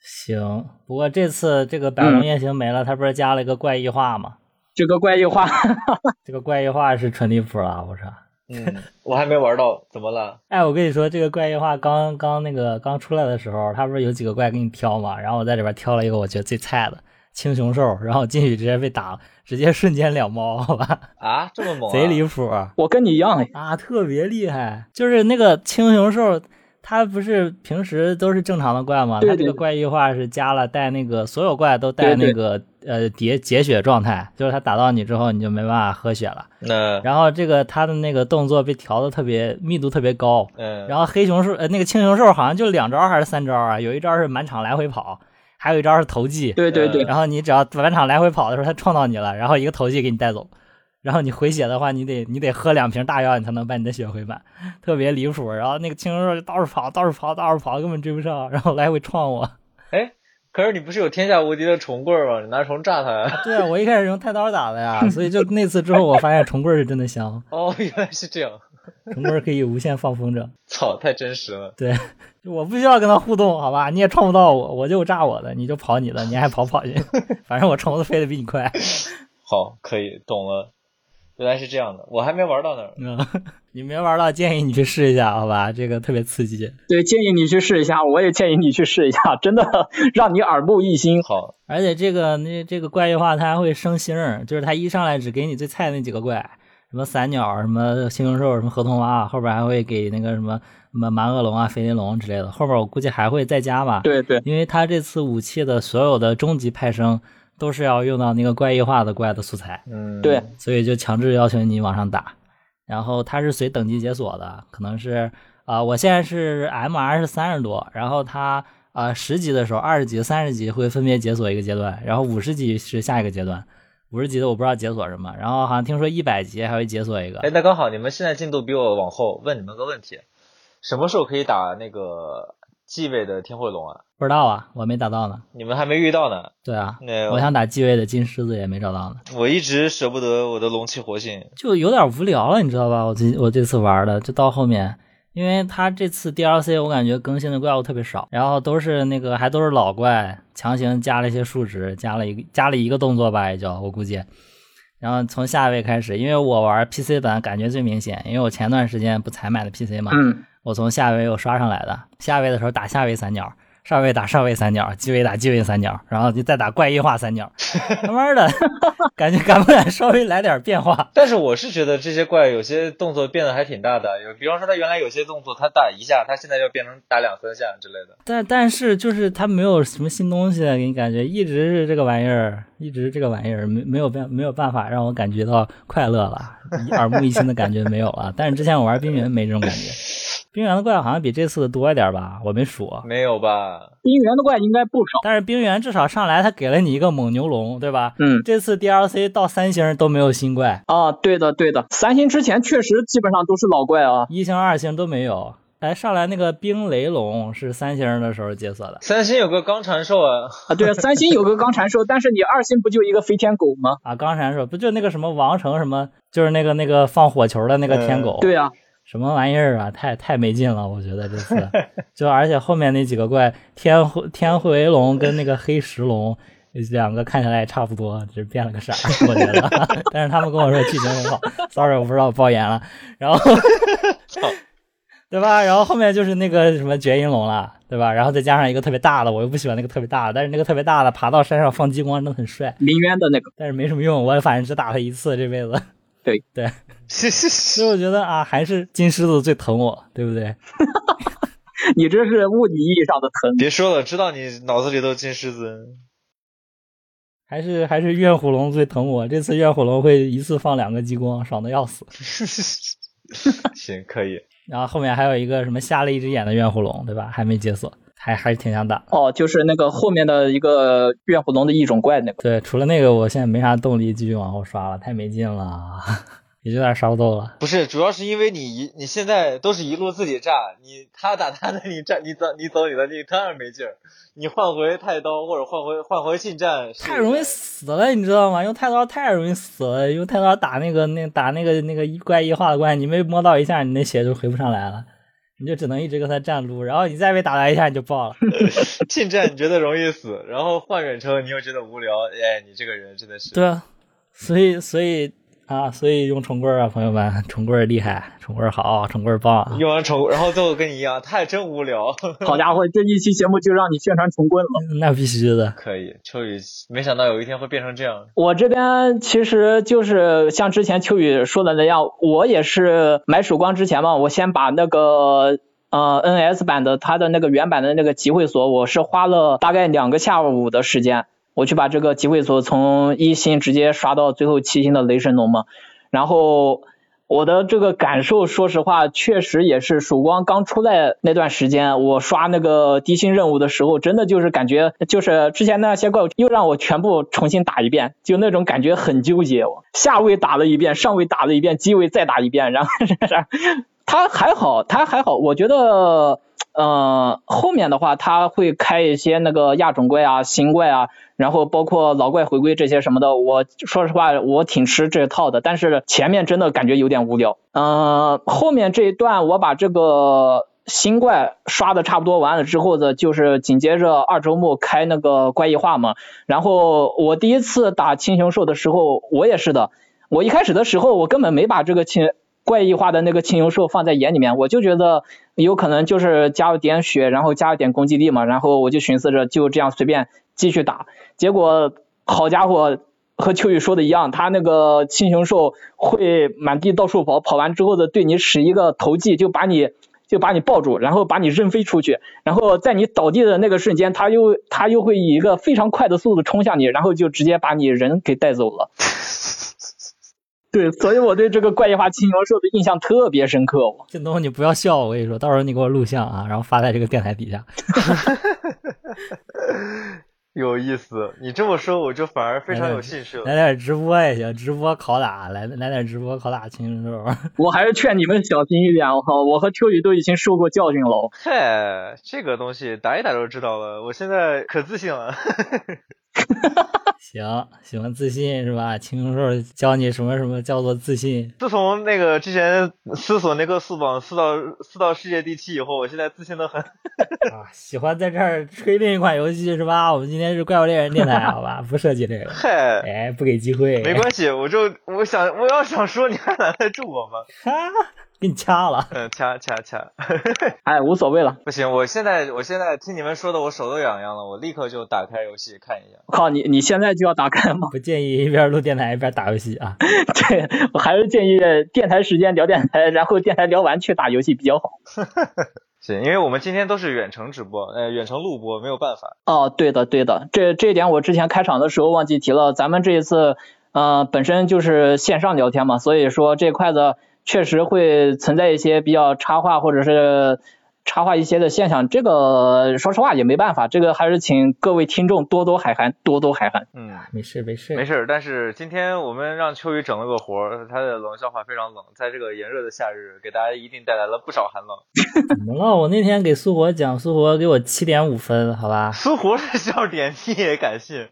Speaker 3: 行，不过这次这个百龙夜行没了，它不是加了一个怪异化吗？
Speaker 1: 这个怪异化，
Speaker 3: 这个怪异化是纯离谱了，我操！
Speaker 2: 嗯，我还没玩到，怎么了？
Speaker 3: 哎，我跟你说，这个怪异化刚刚那个刚出来的时候，它不是有几个怪给你挑嘛？然后我在里边挑了一个我觉得最菜的青熊兽，然后进去直接被打，直接瞬间两猫，好吧，
Speaker 2: 啊，这么猛、啊，
Speaker 3: 贼离谱
Speaker 1: 我跟你一样，
Speaker 3: 啊，特别厉害。就是那个青熊兽，它不是平时都是正常的怪嘛？
Speaker 1: 对
Speaker 3: 它这
Speaker 1: 对
Speaker 3: 个
Speaker 1: 对
Speaker 3: 怪异化是加了带那个所有怪都带
Speaker 1: 对对
Speaker 3: 那个呃叠解血状态，就是它打到你之后你就没办法喝血了。
Speaker 2: 那
Speaker 3: 然后这个它的那个动作被调的特别密度特别高，
Speaker 2: 嗯，
Speaker 3: 然后黑熊兽呃那个青熊兽好像就两招还是三招啊，有一招是满场来回跑，还有一招是投技。
Speaker 1: 对对对，
Speaker 3: 然后你只要满场来回跑的时候，它撞到你了，然后一个投技给你带走。然后你回血的话，你得你得喝两瓶大药，你才能把你的血回满，特别离谱。然后那个青熊兽就到处跑，到处跑，到处跑，根本追不上，然后来回撞我。
Speaker 2: 可是你不是有天下无敌的虫棍儿吗？你拿虫炸它。
Speaker 3: 对啊，我一开始用太刀打的呀，所以就那次之后，我发现重棍儿是真的香，
Speaker 2: 哦，原来是这样。
Speaker 3: 重棍儿可以无限放风筝。
Speaker 2: 操，太真实了。
Speaker 3: 对，就我不需要跟他互动，好吧？你也撞不到我，我就炸我的，你就跑你的，你还跑跑去， 反正我虫子飞得比你快。
Speaker 2: 好，可以懂了，原来是这样的，我还没玩到那儿。
Speaker 3: 嗯， 你没玩到，建议你去试一下，好吧？这个特别刺激，
Speaker 1: 对，建议你去试一下，我也建议你去试一下， 真的让你耳目一新。
Speaker 2: 好，
Speaker 3: 而且这个那这个怪异化它还会生星儿，就是它一上来只给你最菜那几个怪，什么散鸟、什么猩熊兽、什么河童蛙，后边还会给那个什么什么蛮恶龙啊、飞鳞龙之类的，后边我估计还会再加吧。
Speaker 1: 对对
Speaker 3: 因为它这次武器的所有的终极派生都是要用到那个怪异化的怪的素材。
Speaker 2: 嗯，
Speaker 1: 对，
Speaker 3: 所以就强制要求你往上打。然后它是随等级解锁的，可能是啊、我现在是 M R 是三十多，然后它啊十级的时候、二十级、三十级会分别解锁一个阶段，然后五十级是下一个阶段，五十级的我不知道解锁什么，然后好像听说一百级还会解锁一个
Speaker 2: 哎，，那刚好你们现在进度比我往后，问你们个问题，什么时候可以打那个继位的天会龙啊？
Speaker 3: 不知道啊，我没打到呢。
Speaker 2: 你们还没遇到呢。
Speaker 3: 对啊，
Speaker 2: 那
Speaker 3: 我想打继位的金狮子也没找到呢，
Speaker 2: 我一直舍不得我的龙骑活性。
Speaker 3: 就有点无聊了，你知道吧？我这我这次玩的就到后面，因为它这次 DLC 我感觉更新的怪物特别少，然后都是那个还都是老怪，强行加了一些数值，加了一个加了一个动作吧，也就我估计。然后从下一位开始，因为我玩 PC 版感觉最明显，因为我前段时间不才买的 PC 嘛，
Speaker 1: 嗯，
Speaker 3: 我从下一位又刷上来的，下一位的时候打下一位三鸟，上一位打上位三鸟，继位打继位三鸟，然后就再打怪异化三鸟，慢慢的 感觉敢不敢稍微来点变化？
Speaker 2: 但是我是觉得这些怪有些动作变得还挺大的，有比方说它原来有些动作它打一下，它现在要变成打两三下之类的。
Speaker 3: 但但是就是它没有什么新东西，给你感觉一直是这个玩意儿，一直这个玩意儿，没没有办没有办法让我感觉到快乐了，耳目一新的感觉没有了。但是之前我玩冰原没这种感觉，冰原的怪好像比这次的多一点吧，我没数。
Speaker 2: 没有吧？
Speaker 1: 冰原的怪应该不少。
Speaker 3: 但是冰原至少上来它给了你一个蒙牛龙，对吧？
Speaker 1: 嗯，
Speaker 3: 这次 DLC 到三星都没有新怪，
Speaker 1: 啊，对的对的，三星之前确实基本上都是老怪啊。
Speaker 3: 一星二星都没有。哎，上来那个冰雷龙是三星的时候解锁的，
Speaker 2: 三星有个钢缠兽啊，
Speaker 1: 啊，对，三星有个钢缠兽，但是你二星不就一个飞天狗吗？
Speaker 3: 啊，刚闪手不就那个什么王城什么，就是那个那个放火球的那个天狗，
Speaker 1: 对啊，
Speaker 3: 什么玩意儿啊，太太没劲了，我觉得这次，就而且后面那几个怪天回天回龙跟那个黑石龙。两个看起来也差不多，只是变了个色儿，我觉得。 但是他们跟我说剧情很好，sorry，我不知道我爆言了。然后，对吧？然后后面就是那个什么绝音龙了，对吧？然后再加上一个特别大的，我又不喜欢那个特别大的，但是那个特别大的爬到山上放激光真的很帅。
Speaker 1: 鸣冤的那个。
Speaker 3: 但是没什么用，我反正只打他一次这辈子。
Speaker 1: 对
Speaker 3: 对，所以我觉得啊，还是金狮子最疼我，对不对？
Speaker 1: 你这是物理意义上的疼。
Speaker 2: 别说了，知道你脑子里都金狮 子。
Speaker 3: 还是还是怨虎龙最疼我。这次怨虎龙会一次放两个激光，爽的要死。
Speaker 2: 行，可以。
Speaker 3: 然后后面还有一个什么瞎了一只眼的怨虎龙，对吧？还没解锁，还还是挺想打。
Speaker 1: 哦，就是那个后面的一个怨虎龙的异种怪 那个。
Speaker 3: 对，除了那个，我现在没啥动力继续往后刷了，太没劲了， 也就有点烧豆了。
Speaker 2: 不是，主要是因为你一你现在都是一路自己炸，你他打他的，你炸你走你走你的，你当然没劲儿。你换回太刀或者换回换回近战，
Speaker 3: 太容易死了，你知道吗？用太刀太容易死了，用太刀打那个那打那个那个一怪一化的怪，你没摸到一下，你那血就回不上来了，你就只能一直跟他站撸，然后你再被打到一下你就爆了。
Speaker 2: 近战你觉得容易死，然后换远程你又觉得无聊，哎，你这个人真的是。
Speaker 3: 对啊，所以所以啊、啊，所以用重棍儿啊，朋友们，重棍儿厉害，重棍儿好，重棍儿棒啊。
Speaker 2: 用完宠物，然后最后跟你一样，他也真无聊。
Speaker 1: 好家伙，这一期节目就让你宣传穷棍了。
Speaker 3: 那必须的，
Speaker 2: 可以，秋雨，没想到有一天会变成这 样。
Speaker 1: 我这边其实就是像之前秋雨说的那样，我也是买曙光之前嘛，我先把那个呃 NS 版的它的那个原版的那个集会所，我是花了大概两个下午的时间，我去把这个集会所从一星直接刷到最后七星的雷神龙嘛，然后。我的这个感受，说实话，确实也是曙光刚出来那段时间，我刷那个低星任务的时候，真的就是感觉，就是之前那些怪物又让我全部重新打一遍，就那种感觉很纠结。下位打了一遍，上位打了一遍，机位再打一遍，然后他还好，他还好，我觉得，呃，后面的话他会开一些那个亚种怪啊、新怪啊，然后包括老怪回归这些什么的。我说实话，我挺吃这套的，但是前面真的感觉有点无聊。嗯、呃，后面这一段我把这个新怪刷的差不多完了之后的，就是紧接着二周目开那个怪异化嘛。然后我第一次打青雄兽的时候，我也是的。我一开始的时候，我根本没把这个青怪异化的那个青牛兽放在眼里面，我就觉得有可能就是加了点血，然后加了点攻击力嘛，然后我就寻思着就这样随便继续打。结果好家伙，和秋雨说的一样，他那个青牛兽会满地到处跑，跑完之后的对你使一个投技，就把你就把你抱住，然后把你扔飞出去，然后在你倒地的那个瞬间，他又他又会以一个非常快的速度冲向你，然后就直接把你人给带走了。对，所以我对这个怪异化青牛兽的印象特别深刻、哦。
Speaker 3: 靳东，你不要笑，我跟你说，到时候你给我录像啊，然后发在这个电台底下。
Speaker 2: 有意思，你这么说我就反而非常有兴趣了。
Speaker 3: 来点直播也行，直播拷打，来来点直播拷打青牛兽。
Speaker 1: 我还是劝你们小心一点，我靠，我和秋雨都已经受过教训了。
Speaker 2: 嗨，这个东西打一打就知道了，我现在可自信了。
Speaker 3: 行，喜欢自信是吧？青牛兽教你什么什么叫做自信？
Speaker 2: 自从那个之前思索那个速榜四到四到世界第七以后，我现在自信的很。
Speaker 3: 啊，喜欢在这儿吹另一款游戏是吧？我们今天是怪物猎人电台，好吧？不涉及这个。
Speaker 2: 嗨，
Speaker 3: 哎，不给机会。
Speaker 2: 没关系，我就我想我要想说，你还拦得住我吗？
Speaker 3: 哈、给你掐了。
Speaker 2: 嗯，掐掐掐。
Speaker 1: 哎，无所谓了。
Speaker 2: 不行，我现在我现在听你们说的，我手都痒痒了，我立刻就打开游戏看一眼。
Speaker 1: 我靠，你你现在就要打开吗？
Speaker 3: 不建议一边录电台一边打游戏啊。
Speaker 1: 对，我还是建议电台时间聊电台，然后电台聊完去打游戏比较好。
Speaker 2: 行，因为我们今天都是远程直播，呃，远程录播，没有办法。
Speaker 1: 哦，对的对的，这这一点我之前开场的时候忘记提了，咱们这一次呃本身就是线上聊天嘛，所以说这块的。确实会存在一些比较插话或者是插话一些的现象，这个说实话也没办法，这个还是请各位听众多多海涵，多多海涵。
Speaker 2: 嗯，
Speaker 3: 没事没事
Speaker 2: 没事。但是今天我们让秋雨整了个活儿，他的冷笑话非常冷，在这个炎热的夏日，给大家一定带来了不少寒冷。
Speaker 3: 怎么了？我那天给苏活讲，苏活给我七点五分，好吧？
Speaker 2: 苏活是笑点，你也敢信？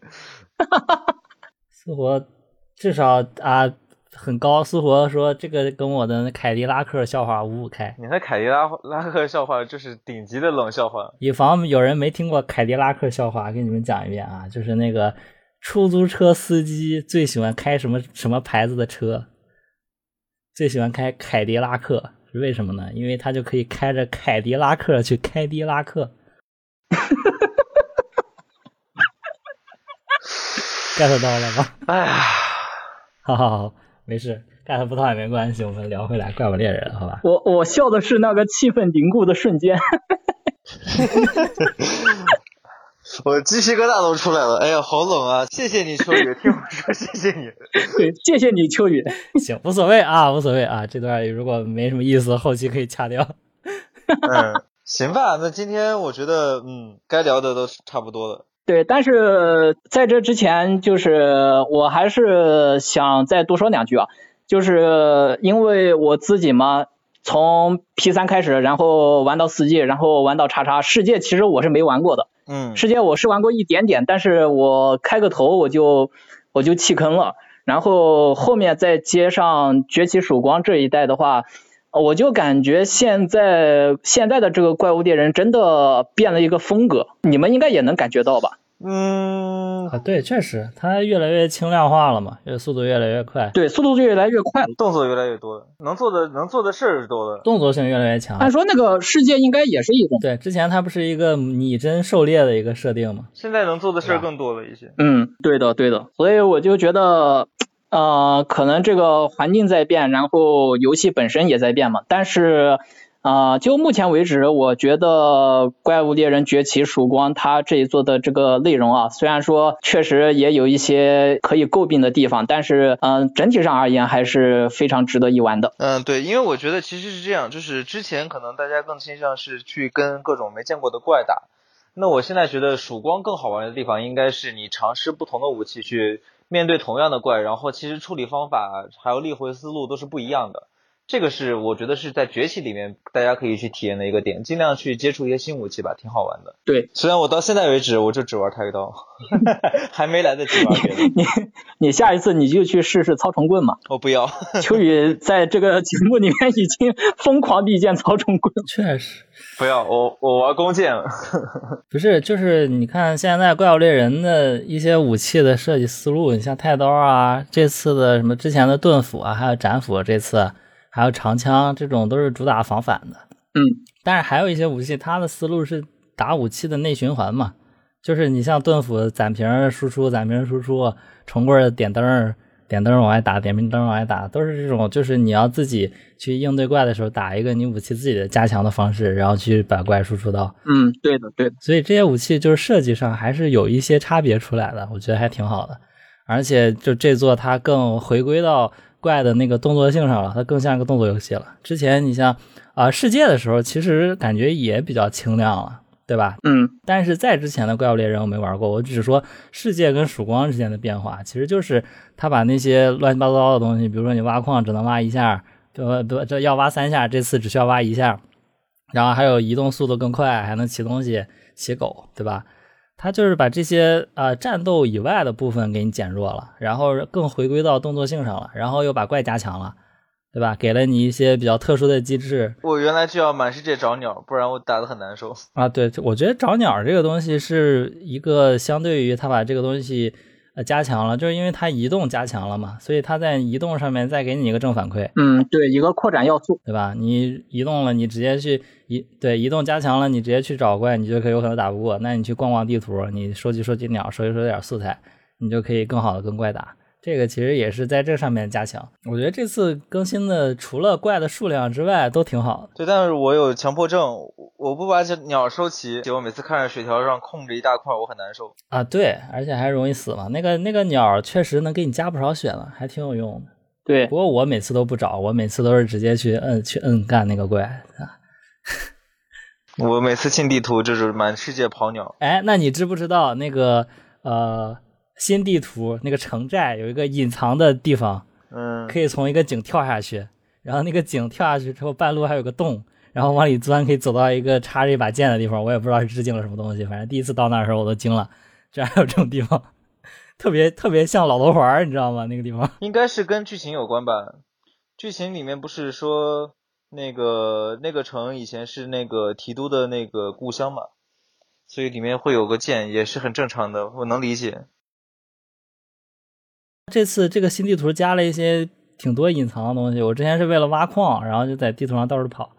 Speaker 3: 苏活至少啊。很高，苏活说这个跟我的凯迪拉克笑话五五开。
Speaker 2: 你的凯迪拉拉克笑话就是顶级的冷笑话。
Speaker 3: 以防有人没听过凯迪拉克笑话，给你们讲一遍啊，就是那个出租车司机最喜欢开什么什么牌子的车？最喜欢开凯迪拉克，是为什么呢？因为他就可以开着凯迪拉克去开迪拉克。get 到了吧？
Speaker 2: 哎呀，
Speaker 3: 好好好。没事，get 不到也没关系，我们聊回来怪物猎人，好吧？
Speaker 1: 我我笑的是那个气氛凝固的瞬间，
Speaker 2: 我鸡皮疙瘩都出来了，哎呀，好冷啊！谢谢你秋 雨，听我说，谢谢你。
Speaker 1: 对，谢谢你秋雨。
Speaker 3: 行，无所谓啊，无所谓啊，这段如果没什么意思，后期可以掐掉。
Speaker 2: 嗯，行吧，那今天我觉得，嗯，该聊的都差不多了。
Speaker 1: 对，但是在这之前，就是我还是想再多说两句啊，就是因为我自己嘛，从 P 三开始，然后玩到四 G，然后玩到叉叉世界，其实我是没玩过的，
Speaker 2: 嗯，
Speaker 1: 世界我是玩过一点点，但是我开个头我就我就弃坑了，然后后面再接上崛起曙光这一代的话。呃我就感觉现在现在的这个怪物猎人真的变了一个风格，你们应该也能感觉到吧？
Speaker 2: 嗯，
Speaker 3: 啊，对，确实，它越来越轻量化了嘛，越速度越来越快，
Speaker 1: 对，速度就越来越快了。
Speaker 2: 动作越来越多了，能做的能做的事儿多了。
Speaker 3: 动作性越来越强。
Speaker 1: 按说那个世界应该也是一种，
Speaker 3: 对，之前它不是一个拟真狩猎的一个设定嘛？
Speaker 2: 现在能做的事儿更多了一些。
Speaker 1: 嗯，对的，对的。所以我就觉得，呃，可能这个环境在变，然后游戏本身也在变嘛。但是，啊、就目前为止，我觉得《怪物猎人崛起：曙光》它这一做的这个内容啊，虽然说确实也有一些可以诟病的地方，但是，嗯、整体上而言还是非常值得一玩的。
Speaker 2: 嗯，对，因为我觉得其实是这样，就是之前可能大家更倾向是去跟各种没见过的怪打，那我现在觉得曙光更好玩的地方应该是你尝试不同的武器去面对同样的怪，然后其实处理方法还有立回思路都是不一样的。这个是我觉得是在崛起里面大家可以去体验的一个点，尽量去接触一些新武器吧，挺好玩的。
Speaker 1: 对，
Speaker 2: 虽然我到现在为止我就只玩太刀， 还没来得及玩 别的，
Speaker 1: 你你下一次你就去试试操虫棍嘛。
Speaker 2: 我不要。
Speaker 1: 秋雨在这个节目里面已经疯狂地见操虫棍了。
Speaker 3: 确实，
Speaker 2: 不要，我我玩弓箭了。
Speaker 3: 不是，就是你看现在怪物猎人的一些武器的设计思路，你像太刀啊，这次的什么之前的盾斧啊，还有斩斧，这次啊还有长枪，这种都是主打防反的。
Speaker 1: 嗯，
Speaker 3: 但是还有一些武器，它的思路是打武器的内循环嘛，就是你像盾斧攒瓶儿输出，攒瓶儿输出，重棍儿点灯儿，点灯儿往外打，点明灯儿往外打，都是这种，就是你要自己去应对怪的时候，打一个你武器自己的加强的方式，然后去把怪输出到。
Speaker 1: 嗯，对的，对的。
Speaker 3: 所以这些武器就是设计上还是有一些差别出来的，我觉得还挺好的。而且就这座它更回归到怪的那个动作性上了，它更像一个动作游戏了。之前你像啊、呃世界的时候，其实感觉也比较清亮了，对吧？
Speaker 1: 嗯，
Speaker 3: 但是在之前的怪物猎人我没玩过，我只是说世界跟曙光之间的变化，其实就是他把那些乱七八糟的东西，比如说你挖矿只能挖一下，不不这要挖三下，这次只需要挖一下，然后还有移动速度更快，还能骑东西、骑狗，对吧？他就是把这些呃战斗以外的部分给你减弱了，然后更回归到动作性上了，然后又把怪加强了，对吧？给了你一些比较特殊的机制，
Speaker 2: 我原来就要满世界找鸟，不然我打的很难受。
Speaker 3: 啊，对，我觉得找鸟这个东西是一个相对于它把这个东西呃加强了，就是因为它移动加强了嘛，所以它在移动上面再给你一个正反馈，
Speaker 1: 嗯，对，一个扩展要素。
Speaker 3: 对吧？你移动了，你直接去移，对，移动加强了，你直接去找怪，你就可以有可能打不过。那你去逛逛地图，你收集收集鸟，收集收集点素材，你就可以更好的跟怪打。这个其实也是在这上面加强。我觉得这次更新的除了怪的数量之外都挺好的。
Speaker 2: 对，但是我有强迫症，我我不把这鸟收齐，我每次看着水条上空着一大块，我很难受。
Speaker 3: 啊，对，而且还容易死嘛。那个那个鸟儿确实能给你加不少血了，还挺有用的。
Speaker 1: 对
Speaker 3: 不，过我每次都不找，我每次都是直接去摁去摁干那个怪啊。
Speaker 2: 我每次进地图就是满世界跑鸟，
Speaker 3: 哎，那你知不知道那个呃新地图那个城寨有一个隐藏的地方，
Speaker 2: 嗯，
Speaker 3: 可以从一个井跳下去，然后那个井跳下去之后半路还有个洞，然后往里钻可以走到一个插着一把剑的地方，我也不知道是致敬了什么东西，反正第一次到那儿的时候我都惊了，居然还有这种地方， 特别特别像老头环儿，你知道吗？那个地方。
Speaker 2: 应该是跟剧情有关吧？剧情里面不是说那个那个城以前是那个提督的那个故乡嘛，所以里面会有个剑，也是很正常的，我能理解。
Speaker 3: 这次这个新地图加了一些挺多隐藏的东西。我之前是为了挖矿，然后就在地图上到处跑，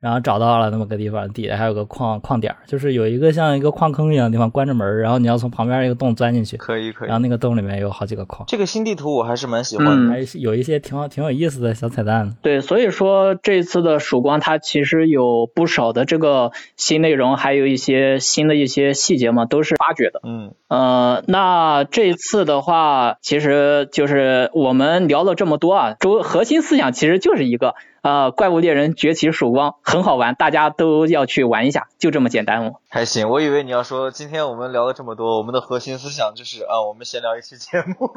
Speaker 3: 然后找到了那么个地方，底下还有个矿矿点儿，就是有一个像一个矿坑一样的地方关着门儿，然后你要从旁边一个洞钻进去，
Speaker 2: 可以可以
Speaker 3: 然后，那个嗯洞里面有好几个矿，
Speaker 2: 这个新地图我还是蛮喜欢的。
Speaker 3: 还是有一些挺好挺有意思的小彩蛋。
Speaker 1: 对，所以说这次的曙光它其实有不少的这个新内容，还有一些新的一些细节嘛，都是发掘的。
Speaker 2: 嗯，
Speaker 1: 呃，那这一次的话，其实就是我们聊了这么多啊，主核心思想其实就是一个，呃，怪物猎人崛起曙光很好玩，大家都要去玩一下，就这么简单哦。
Speaker 2: 还行。我以为你要说今天我们聊了这么多，我们的核心思想就是啊，我们闲聊一期节 目。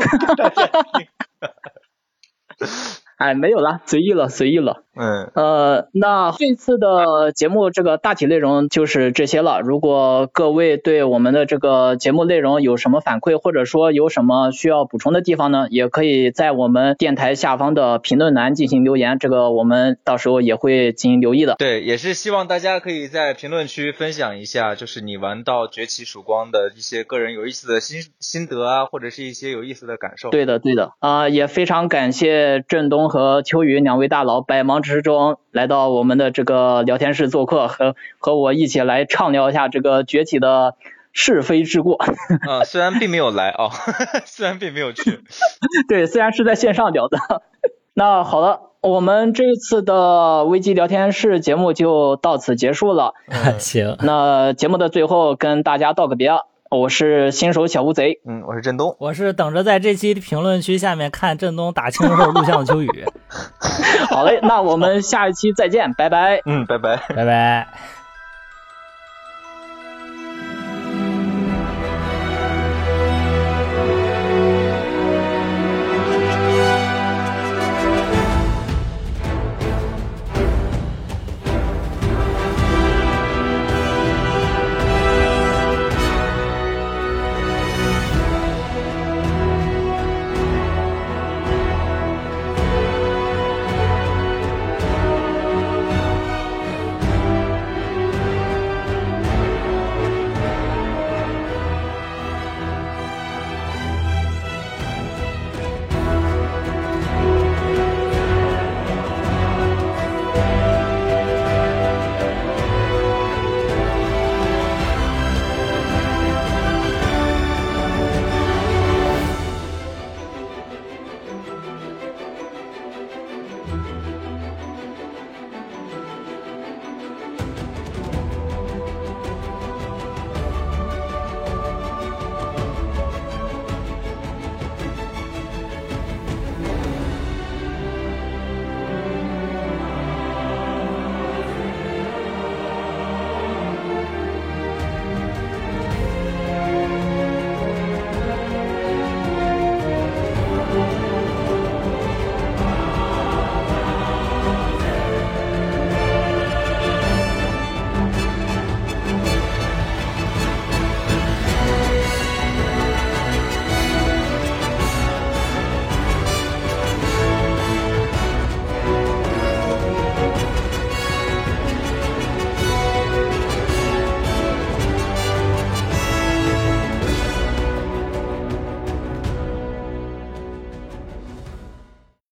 Speaker 1: 哎，没有了，随意了，随意了。
Speaker 2: 嗯，
Speaker 1: 呃，那这次的节目这个大体内容就是这些了。如果各位对我们的这个节目内容有什么反馈，或者说有什么需要补充的地方呢，也可以在我们电台下方的评论栏进行留言，这个我们到时候也会进行留意的。
Speaker 2: 对，也是希望大家可以在评论区分享一下，就是你玩到崛起曙光的一些个人有意思的心心得啊，或者是一些有意思的感受。
Speaker 1: 对的，对的，啊、也非常感谢振东和秋雨两位大佬百忙之中来到我们的这个聊天室做客，和和我一起来畅聊一下这个崛起的是非之过。
Speaker 2: 嗯，虽然并没有来啊、 虽然并没有去。
Speaker 1: 对，虽然是在线上聊的。那好了，我们这一次的危机聊天室节目就到此结束了。
Speaker 2: 嗯
Speaker 3: 行，
Speaker 1: 那节目的最后跟大家道个别啊，我是新手小乌贼。
Speaker 2: 嗯，我是振东。
Speaker 3: 我是等着在这期评论区下面看振东打清楚录像的秋 雨，
Speaker 1: 好嘞，那我们下一期再见，拜拜。
Speaker 2: 嗯，拜拜。
Speaker 3: 拜拜。